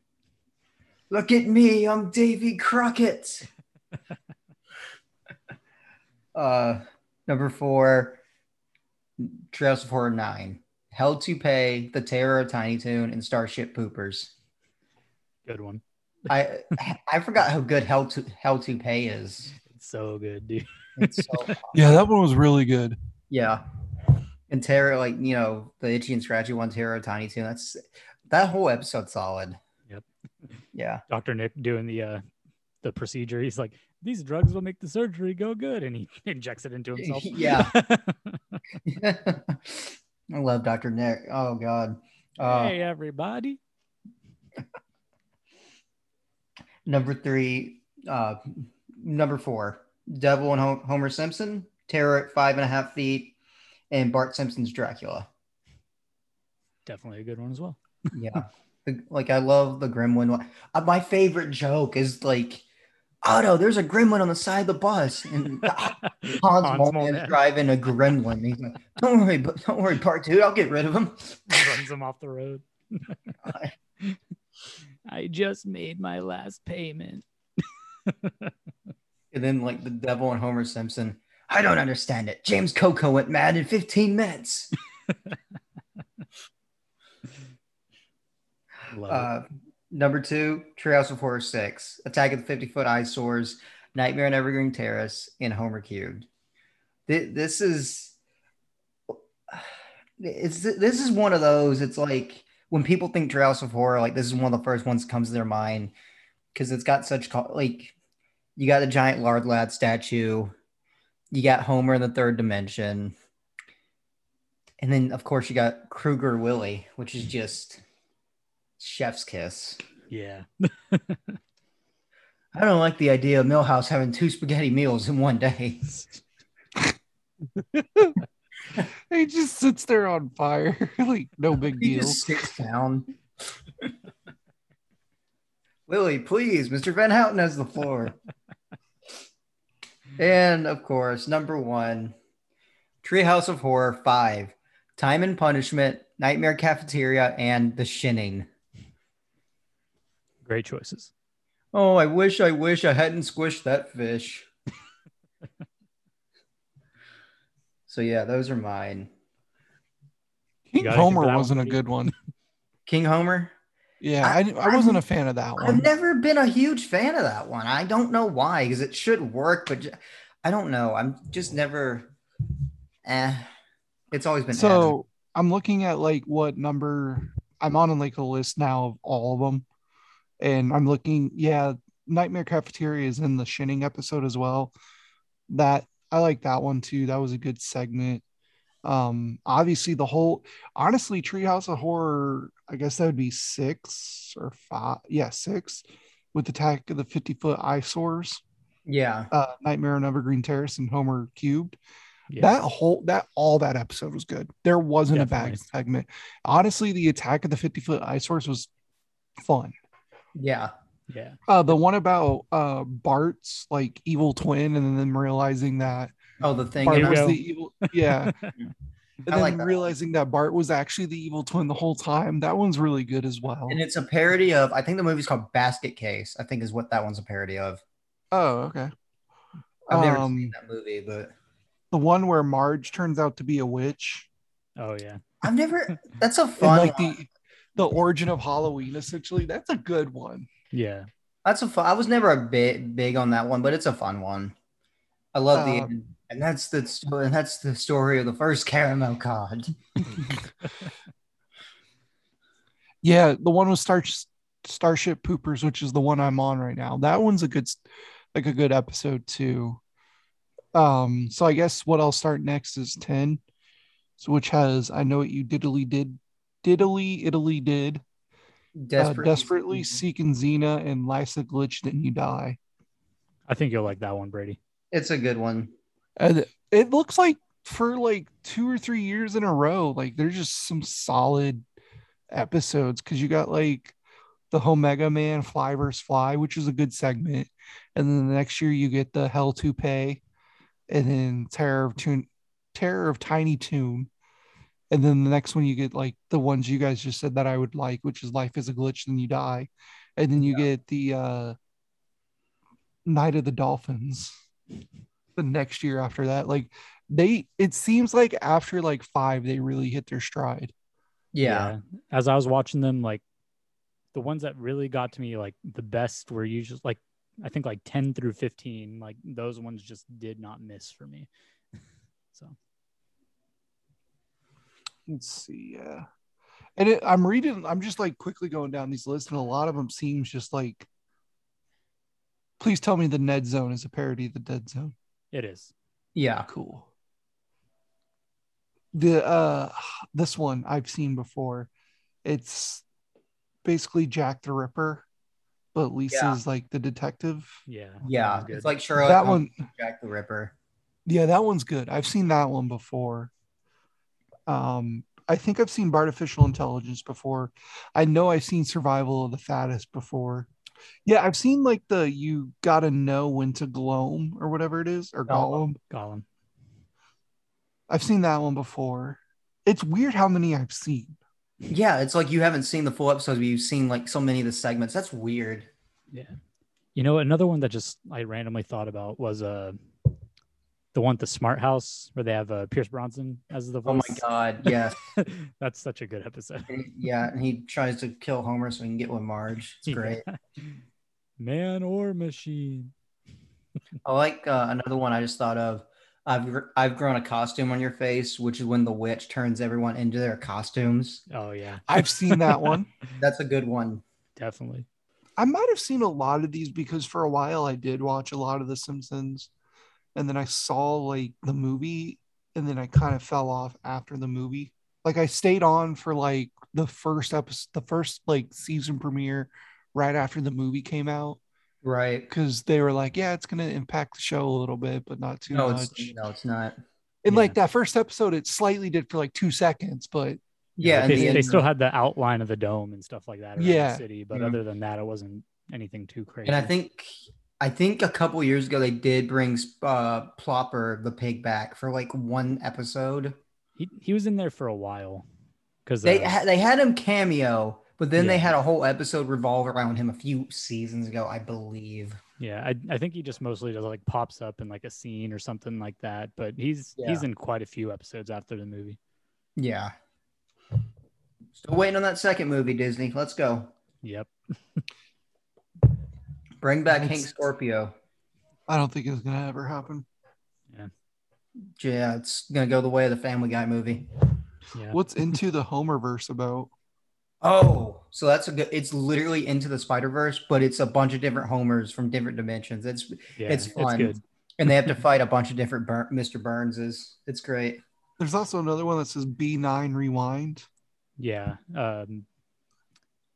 S3: Look at me, I'm Davy Crockett. [LAUGHS] uh, number four, Trails of Horror 9, Hell to Pay, The Terror of Tiny Toon, and Starship Poopers.
S1: Good one.
S3: I [LAUGHS] I forgot how good Hell to Hell to Pay is.
S1: It's so good, dude.
S3: It's so
S2: yeah, that one was really good.
S3: Yeah. And Terror, like, you know, the itchy and scratchy one, Terror, Tiny Toon. That's that whole episode's solid.
S1: Yep. [LAUGHS]
S3: Yeah.
S1: Doctor Nick doing the uh the procedure. He's like, these drugs will make the surgery go good, and he [LAUGHS] injects it into [LAUGHS]
S3: [LAUGHS]
S1: himself.
S3: Yeah. I love Dr. Nick. Oh God. Uh,
S1: hey everybody.
S3: Number three, uh, number four, Devil and Hom- Homer Simpson, Terror at five and a half feet, and Bart Simpson's Dracula.
S1: Definitely a good one as well. [LAUGHS]
S3: yeah The- like i love the gremlin one Uh, my favorite joke is like otto there's a gremlin on the side of the bus and hans,
S1: Hans
S3: Moleman is
S1: Moleman.
S3: driving a gremlin he's like don't worry but don't worry part two i'll get rid of him [LAUGHS]
S1: runs him off the road. [LAUGHS] I just made my last [LAUGHS] payment.
S3: and then like the devil and homer simpson i don't understand it james coco went mad in 15 minutes
S1: Love
S3: uh, number two treehouse of horror six attack of the 50 foot eyesores nightmare on evergreen terrace and homer cubed Thi- this is it's this is one of those it's like when people think treehouse of horror like this is one of the first ones that comes to their mind because it's got such co- like you got the giant lard lad statue you got homer in the third dimension and then of course you got kruger willie which is just chef's kiss.
S1: it. Yeah.
S3: I don't like the idea of Millhouse having two spaghetti meals in one day. [LAUGHS]
S2: He just sits there on fire, [LAUGHS] like no big
S3: He
S2: deal.
S3: just sits down. Lily, please, Mr. Van Houten has the floor. and of course, number one, Treehouse of Horror 5, Time and Punishment, Nightmare Cafeteria, and The Shinning.
S1: Great choices.
S3: Oh, I wish, I wish I hadn't squished that fish. [LAUGHS] so, yeah, those are mine.
S2: King
S1: gotta keep
S2: Homer
S1: that
S2: wasn't a
S1: one.
S2: good one.
S3: King Homer. Um,
S2: Yeah, I, I,
S3: I-
S2: wasn't a fan of that one.
S3: I've never been a huge fan of that one. I don't know why, because it should work, but j- I don't know. I'm just never. Eh, it's always been. eh.
S2: so I'm looking at like what number I'm on like a list now of all of them, and I'm looking. Yeah, Nightmare Cafeteria is in the Shinning episode as well. That I like that one too. That was a good segment. Um, obviously the whole honestly, Treehouse of Horror, I guess that would be six or five. Yeah, six with Attack of the 50 Foot Eyesores,
S3: Yeah.
S2: uh, Nightmare on Evergreen Terrace, and Homer Cubed.
S1: Yeah.
S2: That whole that all that episode was good. There wasn't a bad
S1: Definitely.
S2: segment. Honestly, the attack of the 50 foot ice horse was fun.
S3: Yeah.
S1: yeah.
S2: Uh the one about uh Bart's like evil twin and then them realizing that
S3: Oh, the thing.
S2: Bart
S1: Here we
S2: was
S1: go.
S2: the evil
S1: [LAUGHS]
S2: yeah. and
S3: [LAUGHS] I
S2: then
S3: like that one.
S2: realizing that Bart was actually the evil twin the whole time. That one's really good as well.
S3: And it's a parody of, I think the movie's called Basket Case, I think is what that one's a parody of.
S2: oh, okay.
S3: I've never
S2: Um,
S3: seen that movie, but
S2: The one where Marge turns out to be a witch.
S1: Oh yeah.
S3: I've never,
S2: [LAUGHS]
S3: that's a
S2: And
S3: fun
S2: like
S3: one.
S2: the the origin of Halloween essentially. That's a good one.
S1: Yeah.
S3: That's a fun. I was never a bit big on that one, but it's a fun one. I love the
S2: Um,
S3: and that's the sto- and that's the story of the first caramel cod.
S2: Yeah, the one with Star Starship Poopers, which is the one I'm on right now. That one's a good, s- like a good episode too. Um, so I guess what I'll start next is ten, so which has I know what you diddly did, diddly Italy did, uh, desperately seeking Xena and Lysa glitched and you die.
S1: I think you'll like that one, Brady.
S3: It's a good one.
S2: And it looks like for like two or three years in a row, like there's just some solid episodes because you got like the Omega Man Fly vs. Fly, which is a good segment. And then the next year you get the Hell to Pay and then Terror of Tune Terror of Tiny Tune. And then the next one you get like the ones you guys just said that I would like, which is Life is a Glitch, then you die. And then you get the uh Night of the Dolphins the next year after that. Like they it seems like after like five they really hit their stride.
S3: Yeah.
S1: As I was watching them, like the ones that really got to me, like the best were usually like I think like ten through fifteen. Like those ones just did not miss for me. [LAUGHS] So
S2: Let's see, yeah. And it, I'm reading, I'm just like quickly going down these lists, and a lot of them seems just like please tell me the Ned Zone is a parody of the Dead Zone.
S1: it is.
S3: yeah,
S2: Cool. The uh this one I've seen before. It's basically Jack the Ripper, but Lisa's like the detective.
S1: Yeah. that
S3: yeah,
S1: one's good.
S3: It's like Sherlock
S2: that
S3: Holmes
S2: one
S3: and Jack the Ripper.
S2: Yeah, that one's good. I've seen that one before. Um, I think I've seen artificial intelligence before. I know I've seen survival of the fattest before. Yeah, I've seen like the you gotta know when to gloam or whatever it is or
S1: Gollum.
S2: golem.
S1: Gollum.
S2: I've seen that one before. It's weird how many I've seen.
S3: Yeah, it's like you haven't seen the full episode, but you've seen like so many of the segments. That's weird.
S1: You know, another one that just I randomly thought about was uh the one at the Smart House where they have uh, Pierce Bronson as the
S3: Oh
S1: voice.
S3: my god. Yeah.
S1: [LAUGHS] That's such a good episode.
S3: yeah. And he tries to kill Homer so he can get with Marge. It's great.
S1: Yeah. [LAUGHS] Man or machine.
S3: I like uh, another one I just thought of. I've gr- I've grown a costume on your face, which is when the witch turns everyone into their costumes.
S1: Oh yeah,
S2: I've seen that one.
S3: That's a good one.
S1: definitely.
S2: I might have seen a lot of these because for a while I did watch a lot of The Simpsons, and then I saw like the movie, and then I kind of fell off after the movie. Like I stayed on for like the first episode, the first like season premiere, right after the movie came out,
S3: Right.
S2: because they were like, "Yeah, it's gonna impact the show a little bit, but not too
S3: No,
S2: much."
S3: it's no, it's not.
S2: and
S1: yeah.
S2: like that first episode, it slightly did for like two seconds, but
S3: Yeah,
S1: but
S3: and
S1: they,
S3: the
S1: they
S3: end-
S1: still had the outline of the dome and stuff like that around
S2: Yeah.
S1: the city, but
S3: Yeah.
S1: other than that, it wasn't anything too crazy.
S3: And I think I think a couple years ago they did bring uh, Plopper the pig back for like one episode.
S1: he he was in there for a while uh, because
S3: They ha- they had him cameo, but then they
S1: Yeah.
S3: had a whole episode revolve around him a few seasons ago, I believe.
S1: yeah, I, I think he just mostly just like pops up in like a scene or something like that. But he's he's in quite a few episodes after the movie.
S3: Yeah. Still waiting on that second movie, Disney. Let's go.
S1: Yep.
S3: Bring back
S2: That's-
S3: Hank Scorpio.
S2: I don't think it's gonna ever happen.
S3: Yeah, it's gonna go the way of the Family Guy movie.
S1: Yeah.
S3: [LAUGHS]
S2: What's into the Homerverse about?
S3: Oh, so that's a good. It's literally into the Spider Verse, but it's a bunch of different Homers from different dimensions. It's
S1: yeah,
S3: it's fun.
S1: good.
S3: and they [LAUGHS] have to fight a bunch of different Bur- Mr. Burnses. It's great.
S2: There's also another one that says B9 Rewind.
S1: Yeah. Um,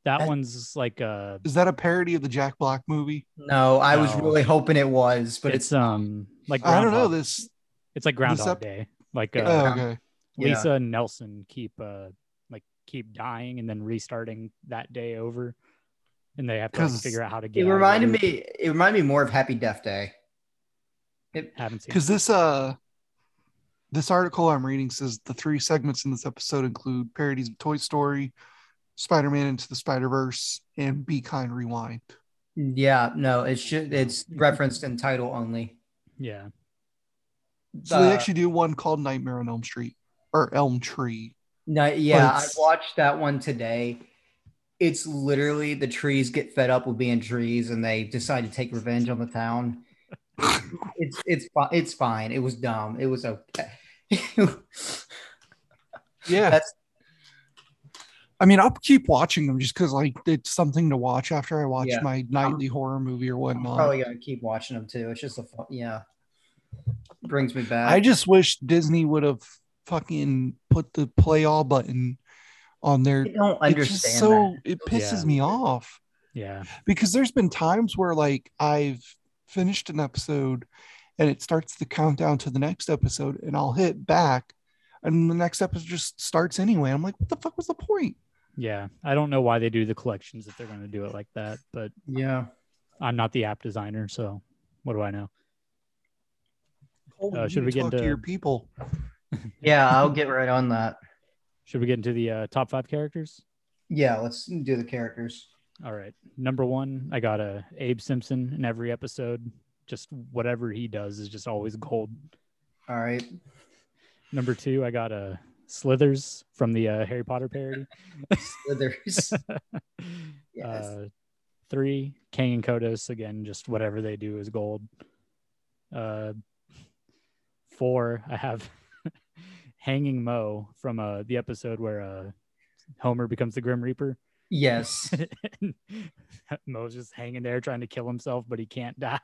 S1: that,
S3: That-
S1: one's like uh,
S2: Is that a parody of the Jack Black movie?
S3: No, I was
S1: No.
S3: really hoping it was, but
S1: it's
S3: it's,
S1: um like
S2: I don't know
S1: Groundhog-
S2: this.
S1: It's like Groundhog
S2: ep-
S1: Day. Like
S3: Yeah.
S1: uh,
S2: Oh, okay.
S3: yeah.
S1: Lisa and Nelson keep uh like keep dying and then restarting that day over, and they have to like,
S2: 'Cause
S1: figure out how to get.
S3: it
S1: out of
S3: reminded
S1: the loop.
S3: me. It reminded me more of Happy Death Day.
S1: Haven't seen.
S2: Because this uh this article I'm reading says the three segments in this episode include parodies of Toy Story, Spider-Man into the Spider-Verse, and Be Kind Rewind.
S3: Yeah, no, it should. It's referenced in title only.
S1: Yeah.
S2: So they
S3: Uh,
S2: actually do one called Nightmare on Elm Street or Elm Tree.
S3: No, yeah, I
S2: it's-
S3: watched that one today. It's literally the trees get fed up with being trees, and they decide to take revenge on the [LAUGHS] town. it's it's fi- it's fine. It was dumb. It was okay. [LAUGHS]
S2: Yeah.
S3: That's
S2: I mean, I'll keep watching them just because like it's something to watch after I watch
S3: Yeah. Oh,
S2: my nightly horror movie or
S3: I'm
S2: whatnot.
S3: probably gonna keep watching them too. It's just a fun, yeah. Brings me back.
S2: I just wish Disney would have fucking put the play all button on their
S3: I don't
S2: it's
S3: understand.
S2: just
S3: that.
S2: so it pisses
S1: Yeah.
S2: me off.
S1: Yeah.
S2: because there's been times where like I've finished an episode and it starts the countdown to the next episode and I'll hit back and the next episode just starts anyway. I'm like, what the fuck was the point?
S1: Yeah. I don't know why they do the collections if they're going to do it like that, but
S3: Yeah.
S1: I'm not the app designer, so what do I know?
S2: Oh,
S1: Uh,
S2: you
S1: should
S2: need
S1: we
S2: to
S1: get
S2: talk to
S1: into-
S2: your people?
S3: Yeah, I'll get right on that.
S1: Should we get into the uh, top five characters?
S3: Yeah, let's do the characters.
S1: All right. Number one, I got a Abe Simpson in every episode. Just whatever he does is just always gold.
S3: All right.
S1: Number two, I got a Slithers from the uh, Harry Potter
S3: [LAUGHS]
S1: parody.
S2: [LAUGHS]
S3: Slithers.
S2: Uh,
S3: Yes.
S1: Uh, three, Kang and Kodos again. Just whatever they do is gold. Uh, four, I have [LAUGHS] Hanging Mo from uh, the episode where uh, Homer becomes the Grim Reaper. [LAUGHS]
S3: yes.
S1: Mo's just hanging there trying to kill himself, but he can't [LAUGHS] die.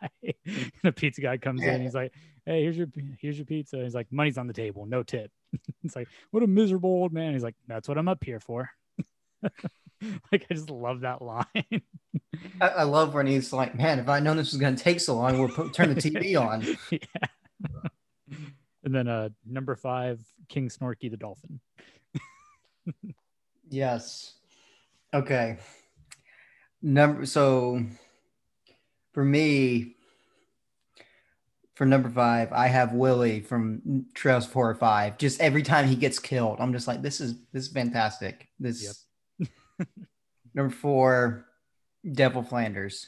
S1: and a pizza guy comes in. He's like, "Hey, here's your here's your pizza." he's like, "Money's on the table, no tip." [LAUGHS] it's like, "What a miserable old man." He's like, "That's what I'm up here for." [LAUGHS] like, I just love that line.
S3: I, I love when he's like, "Man, if I'd known this was going to take so long, we'll put,
S1: [LAUGHS]
S3: turn the TV on."
S1: yeah. And then uh, number five, King Snorky the dolphin.
S3: Yes. Okay. Number so for me for number 5, I have Willie from Trails 4 or 5. Just every time he gets killed, I'm just like this is this is fantastic. This [LAUGHS] Number 4, Devil Flanders.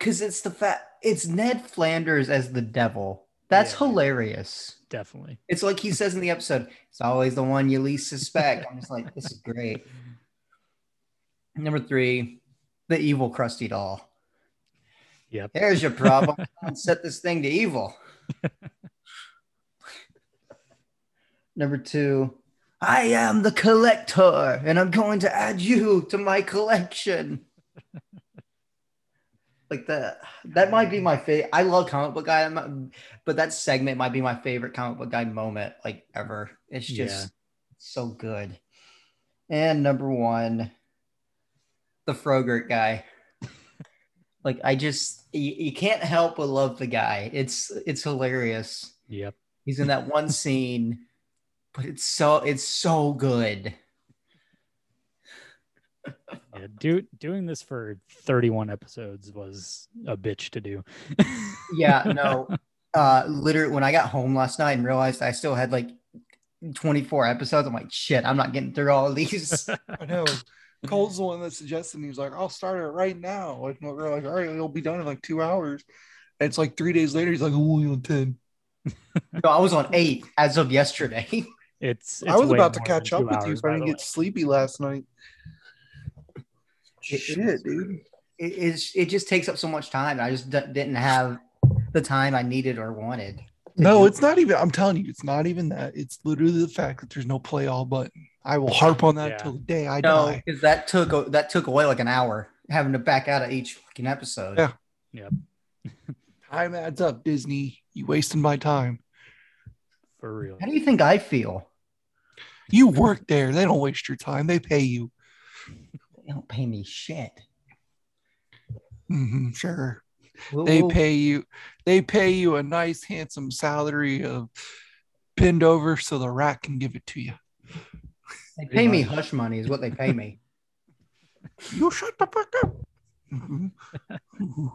S3: Cuz it's the fact it's Ned Flanders as the devil. That's
S1: Yeah.
S3: hilarious.
S1: Definitely.
S3: It's like he says in the episode, it's always the one you least suspect. I'm just like, this is great. Number three, the evil crusty doll.
S1: Yep.
S3: There's your problem. Someone set this thing to evil. Number two, I am the collector, and I'm going to add you to my collection. [LAUGHS] like that, that might be my favorite. I love comic book guy, I'm not- but that segment might be my favorite comic book guy moment, like ever. It's
S1: Yeah.
S3: just so good. And number one, the Frogurt guy [LAUGHS] like i just you, you can't help but love the guy it's it's hilarious
S1: Yep.
S3: he's in that one scene but it's so it's so good
S1: Yeah, do, doing this for 31 episodes was a bitch to do. [LAUGHS]
S3: yeah no [LAUGHS] uh literally when i got home last night and realized i still had like 24 episodes i'm like shit i'm not getting through all of
S2: [LAUGHS]
S3: these
S2: I know. Cole's the one that suggested and he was like, I'll start it right now. Like we we're like, all right, it'll be done in like two hours. And it's like three days later, he's like, oh, we on 10.
S3: no i was on eight as of yesterday [LAUGHS]
S1: It's,
S2: I
S1: it's
S2: was
S1: way
S2: about to
S1: more than
S2: catch
S1: two
S2: up with you,
S1: hours,
S2: but I
S1: by
S2: didn't
S1: the
S2: get sleepy last night. Shit, dude.
S3: it, it's, it just takes up so much time i just d- didn't have the time i needed or wanted to
S2: No,
S3: do
S2: it's not even. I'm telling you, it's not even that. It's literally the fact that there's no play all button. I will harp on that
S1: Yeah.
S2: till the day I
S3: No,
S2: die.
S3: because that took that took away like an hour having to back out of each fucking episode.
S2: Yeah. Time adds up, Disney. You wasting my time.
S1: for real.
S3: How do you think I feel?
S2: You work there. They don't waste your time. They pay you.
S3: They don't pay me shit.
S2: hmm sure.
S3: We'll-
S2: They
S3: we'll-
S2: pay you. They pay you a nice, handsome salary of pinned over so the rat can give it to you.
S3: they pay me hush money is what they pay [LAUGHS] me.
S2: You shut the fuck up.
S1: [LAUGHS]
S2: Mhm. Ooh,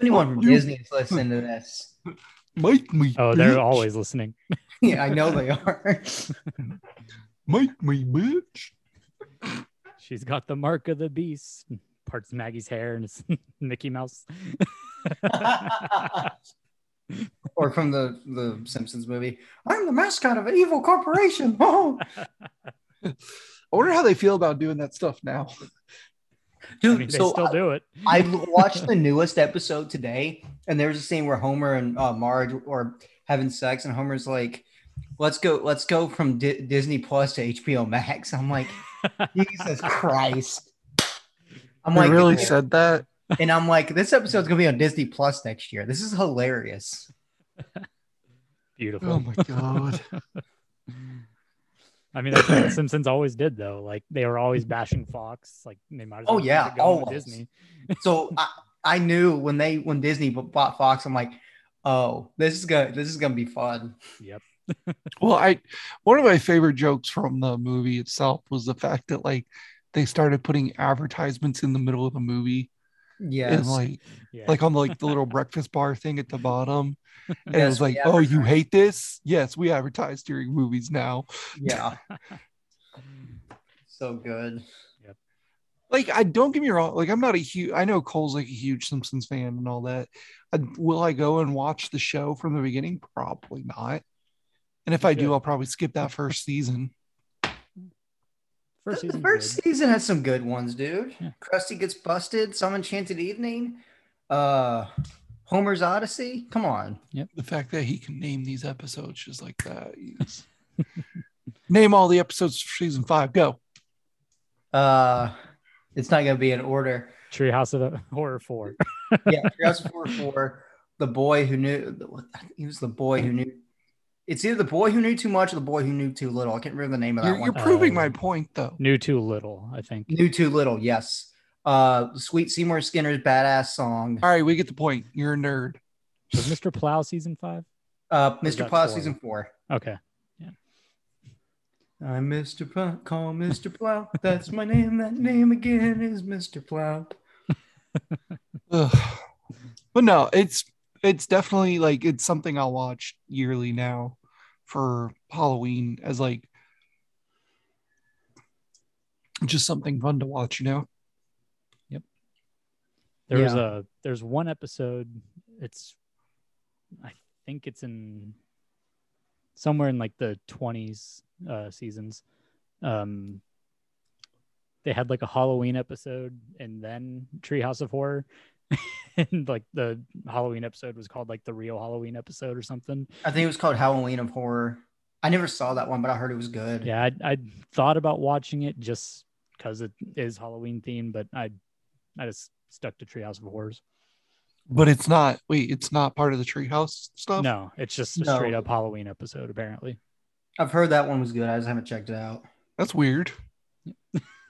S3: Anyone from
S2: You-
S3: Disney is listening to this. [LAUGHS]
S2: Make me.
S1: Oh, they're
S2: bitch.
S1: always listening.
S3: Yeah, I know they are. [LAUGHS]
S2: Make me, bitch.
S1: She's got the mark of the beast. Parts Maggie's hair and it's [LAUGHS] Mickey Mouse.
S3: or from the the Simpsons movie. I'm the mascot of an evil corporation. [LAUGHS] Oh,
S2: I wonder how they feel about doing that stuff now.
S1: I
S3: dude.
S1: mean, they
S3: so
S1: still
S3: I,
S1: do it.
S3: I watched the newest episode today, and there was a scene where Homer and uh, Marge are having sex, and Homer's like, "Let's go, let's go from Di- Disney Plus to HBO Max." I'm [LAUGHS] like, Jesus Christ. I'm
S2: I
S3: like,
S2: really said that.
S3: and I'm like, this episode's gonna be on Disney Plus next year. This is hilarious.
S1: Beautiful.
S2: Oh my god.
S1: I mean,
S3: [COUGHS]
S1: that's what the Simpsons always did, though. Like they were always bashing Fox. Like they might as
S3: Oh,
S1: well keep
S3: yeah,
S1: it going with
S3: always.
S1: Disney.
S3: So I, I knew when they when Disney b- bought Fox, I'm like, oh, this is good. This is gonna be fun.
S1: Yep.
S2: [LAUGHS] Well, I one of my favorite jokes from the movie itself was the fact that like they started putting advertisements in the middle of the movie
S3: Yes.
S2: and like
S1: Yeah.
S2: like on like the little breakfast bar thing at the bottom. And it was
S3: Yes, we
S2: like, oh, you
S3: advertise.
S2: hate this? Yes, we advertise during movies now.
S3: [LAUGHS] yeah. So good.
S2: Like, I don't get me wrong. Like, I'm not a huge. I know Cole's like a huge Simpsons fan and all that. I, will I go and watch the show from the beginning? Probably not. And if I do,
S1: should.
S2: I'll probably skip that first season.
S1: first
S3: The- the
S1: season.
S3: first season has some good ones, dude.
S1: Yeah.
S3: Krusty gets busted, some enchanted evening, uh Homer's Odyssey. Come on.
S2: the fact that he can name these episodes just like that.
S3: [LAUGHS]
S2: is- name all the episodes for season five. Go.
S3: Uh it's not gonna be in order.
S1: Treehouse of the Horror Four.
S3: yeah, Treehouse of Horror for the boy who knew. He was the boy who knew. It's either the boy who knew too much or the boy who knew too little. I can't remember the name of that
S2: You're, you're
S3: one. Oh.
S2: proving my
S1: Um,
S2: point, though.
S1: Knew too little, I
S3: [LAUGHS]
S1: think.
S3: Knew too little. Yes. Uh, Sweet Seymour Skinner's badass song.
S2: All right, we get the point. You're a nerd.
S1: Was Mr. Plow season five?
S3: Uh,
S1: was
S3: Mr.
S1: that
S3: Plow
S1: for?
S3: season four.
S1: Okay.
S3: I'm Mr. Plow. Call Mr. Plow. That's my name. That name again is Mr. Plow.
S2: Ugh. But no, it's it's definitely like it's something I'll watch yearly now for Halloween as like just something fun to watch, you know.
S1: There was
S3: Yeah.
S1: a there's one episode. It's I think it's in somewhere in like the twenties uh, seasons. Um, they had like a Halloween episode and then Treehouse of Horror. [LAUGHS] and like the Halloween episode was called like the real Halloween episode or something.
S3: I think it was called Halloween of Horror. I never saw that one, but I heard it was good.
S1: Yeah, I, I thought about watching it just because it is Halloween themed, but I I just stuck to Treehouse of Horrors.
S2: But it's not wait, it's not part of the treehouse stuff.
S1: No, it's just a
S3: Um, No.
S1: straight up Halloween episode, apparently.
S3: I've heard that one was good. I just haven't checked it out.
S2: That's weird.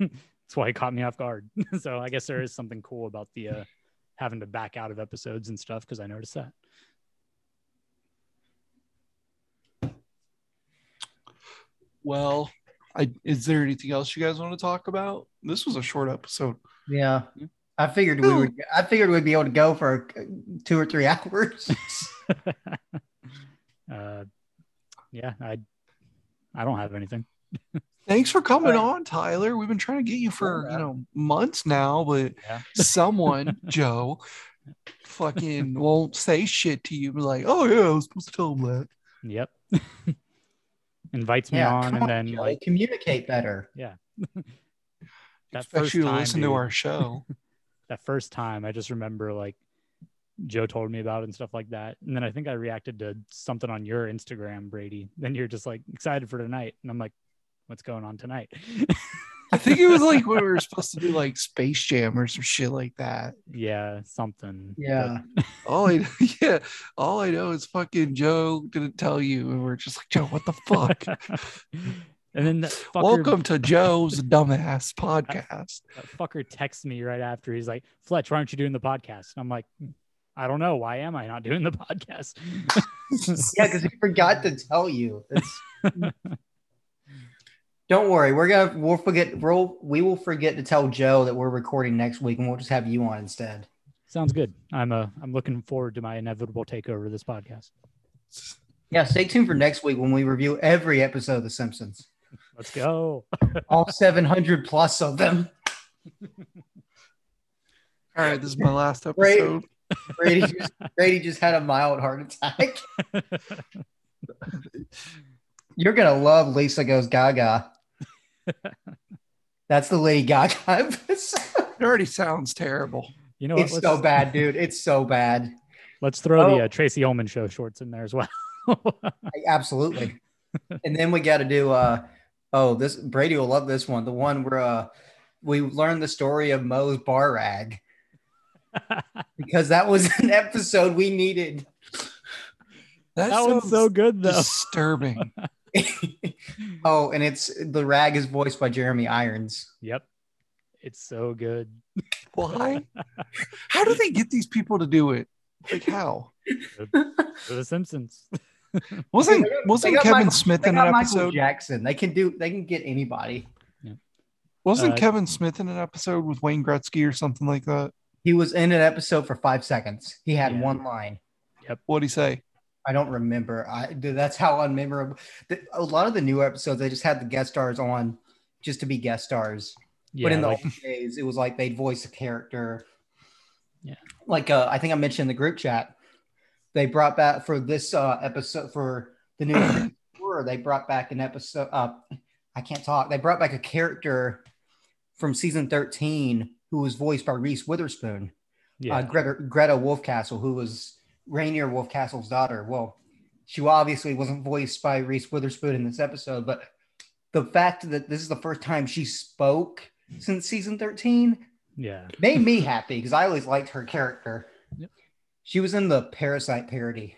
S1: That's why it caught me off guard. [LAUGHS] so I guess there is something cool about the uh, having to back out of episodes and stuff because I noticed that.
S2: Well, I is there anything else you guys want to talk about? This was a short episode.
S3: Yeah.
S1: Yeah.
S3: I figured we would I figured we'd be able to go for uh, two or three [LAUGHS] hours.
S1: uh, yeah, I I don't have anything.
S2: Thanks for coming
S3: Alright.
S2: on, Tyler. We've been trying to get you for you
S3: Yeah, man.
S2: know months now, but
S1: Yeah.
S2: someone, Joe, fucking won't say shit to you. Be Like, oh yeah, I was supposed to tell him that.
S1: Yep. [LAUGHS] Invites me
S3: yeah.
S1: on,
S3: come
S1: and then
S3: Joey,
S1: like
S3: communicate better.
S1: that
S2: Expect
S1: first
S2: you to
S1: time,
S2: listen
S1: dude,
S2: to our show.
S1: that first time, I just remember like Joe told me about it and stuff like that. And then I think I reacted to something on your Instagram, Brady. Then you're just like excited for tonight, [LAUGHS] and I'm like, what's going on tonight?
S2: I think it was like when we were supposed to do like Space Jam or some shit like that.
S1: yeah, something. but
S3: Yeah.
S2: All I [LAUGHS] yeah, all I know is fucking Joe didn't tell you, and we're just like Joe, what the fuck?
S1: and then that [LAUGHS] fucker,
S2: Welcome to Joe's dumbass podcast.
S1: that fucker texts me right after. He's like, Fletch, why aren't you doing the podcast? And I'm like, I don't know. Why am I not doing the podcast? [LAUGHS]
S3: Yeah, because he forgot to tell you.
S1: [LAUGHS]
S3: It's- [LAUGHS] Don't worry, we're gonna we'll forget we'll we will forget to tell Joe that we're recording next week, and we'll just have you on instead.
S1: Sounds good. I'm uh, I'm looking forward to my inevitable takeover of this podcast.
S3: Yeah, stay tuned for next week when we review every episode of The Simpsons,
S1: Let's go.
S3: all 700 plus of them.
S2: All right, this is my last episode.
S3: Great. Brady just, Brady just had a mild heart attack. You're gonna love Lisa Goes Gaga. That's the Lady Gaga episode.
S2: It already sounds terrible.
S1: You know what?
S3: It's
S1: let's,
S3: so bad, dude. It's so bad.
S1: let's throw the
S3: Oh.
S1: uh, Tracy Ullman show shorts in there as well. [LAUGHS]
S3: Absolutely. and then we got to do uh oh this Brady will love this one. The one where uh we learned the story of Moe's bar rag because that was an episode we needed.
S2: That,
S1: that one's
S2: sounds
S1: so good though.
S2: [LAUGHS] disturbing.
S3: [LAUGHS] oh, and it's the rag is voiced by Jeremy Irons.
S1: Yep. It's so good.
S2: [LAUGHS] Why? How do they get these people to do it? Like how?
S1: For the
S3: [LAUGHS]
S1: Simpsons.
S2: Wasn't
S3: They got- they
S2: wasn't
S3: got
S2: Kevin
S3: Michael-
S2: Smith
S3: They
S2: in an
S3: got Michael
S2: episode?
S3: Jackson. They can do. They can get anybody.
S2: Wasn't
S1: Uh,
S2: Kevin Smith in an episode with Wayne Gretzky or something like that?
S3: He was in an episode for five seconds. He had
S1: Yeah.
S3: one line.
S2: What'd he say?
S3: I don't remember. I dude, that's how unmemorable. The, a lot of the new episodes, they just had the guest stars on just to be guest stars.
S1: Yeah,
S3: but in the
S1: like-
S3: old days, it was like they'd voice a character.
S1: Yeah.
S3: Like uh, I think I mentioned in the group chat, they brought back for this uh, episode for the
S1: [COUGHS]
S3: new tour. They brought back an episode. Uh, I can't talk. They brought back a character from season thirteen who was voiced by Reese Witherspoon
S1: yeah.
S3: uh, Greta, Greta Wolfcastle, who was Rainier Wolfcastle's daughter. Well, she obviously wasn't voiced by Reese Witherspoon in this episode, but the fact that this is the first time she spoke since season 13
S1: yeah. [LAUGHS]
S3: made me happy because I always liked her character.
S1: Yep.
S3: She was in the Parasite parody.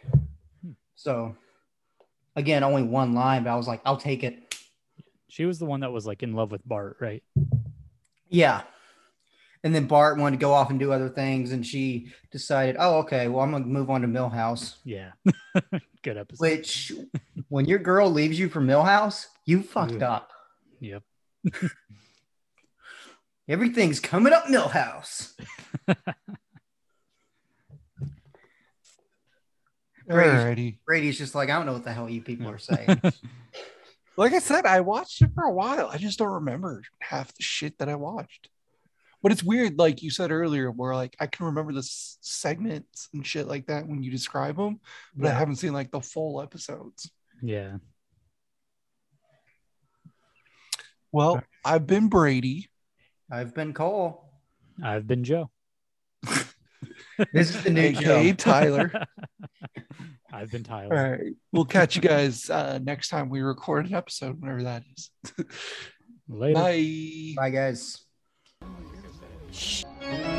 S1: Hmm.
S3: So, again, only one line, but I was like, I'll take it.
S1: She was the one that was like in love with Bart, right?
S3: Yeah. And then Bart wanted to go off and do other things, and she decided, oh, okay, well, I'm going to move on to Millhouse.
S1: Yeah. [LAUGHS] good episode.
S3: Which, when your girl leaves you for Millhouse, you fucked
S1: Yeah.
S3: up.
S1: Yep.
S3: [LAUGHS] Everything's coming up Millhouse. Great.
S2: Alrighty.
S3: Brady's just like, I don't know what the hell you people
S1: [LAUGHS]
S3: are saying.
S2: Like I said, I watched it for a while. I just don't remember half the shit that I watched. But it's weird, like you said earlier, where like I can remember the s- segments and shit like that when you describe them, but I
S1: Yeah.
S2: haven't seen like the full episodes.
S1: yeah.
S2: Well, I've been Brady.
S3: I've been Cole.
S1: I've been Joe.
S3: This is the new
S2: AKA
S3: show.
S1: [LAUGHS]
S2: Tyler.
S1: I've been
S2: All
S1: Tyler.
S2: right. We'll catch you guys uh, next time we record an episode, whenever that is.
S1: Later.
S2: Bye.
S3: Bye, guys.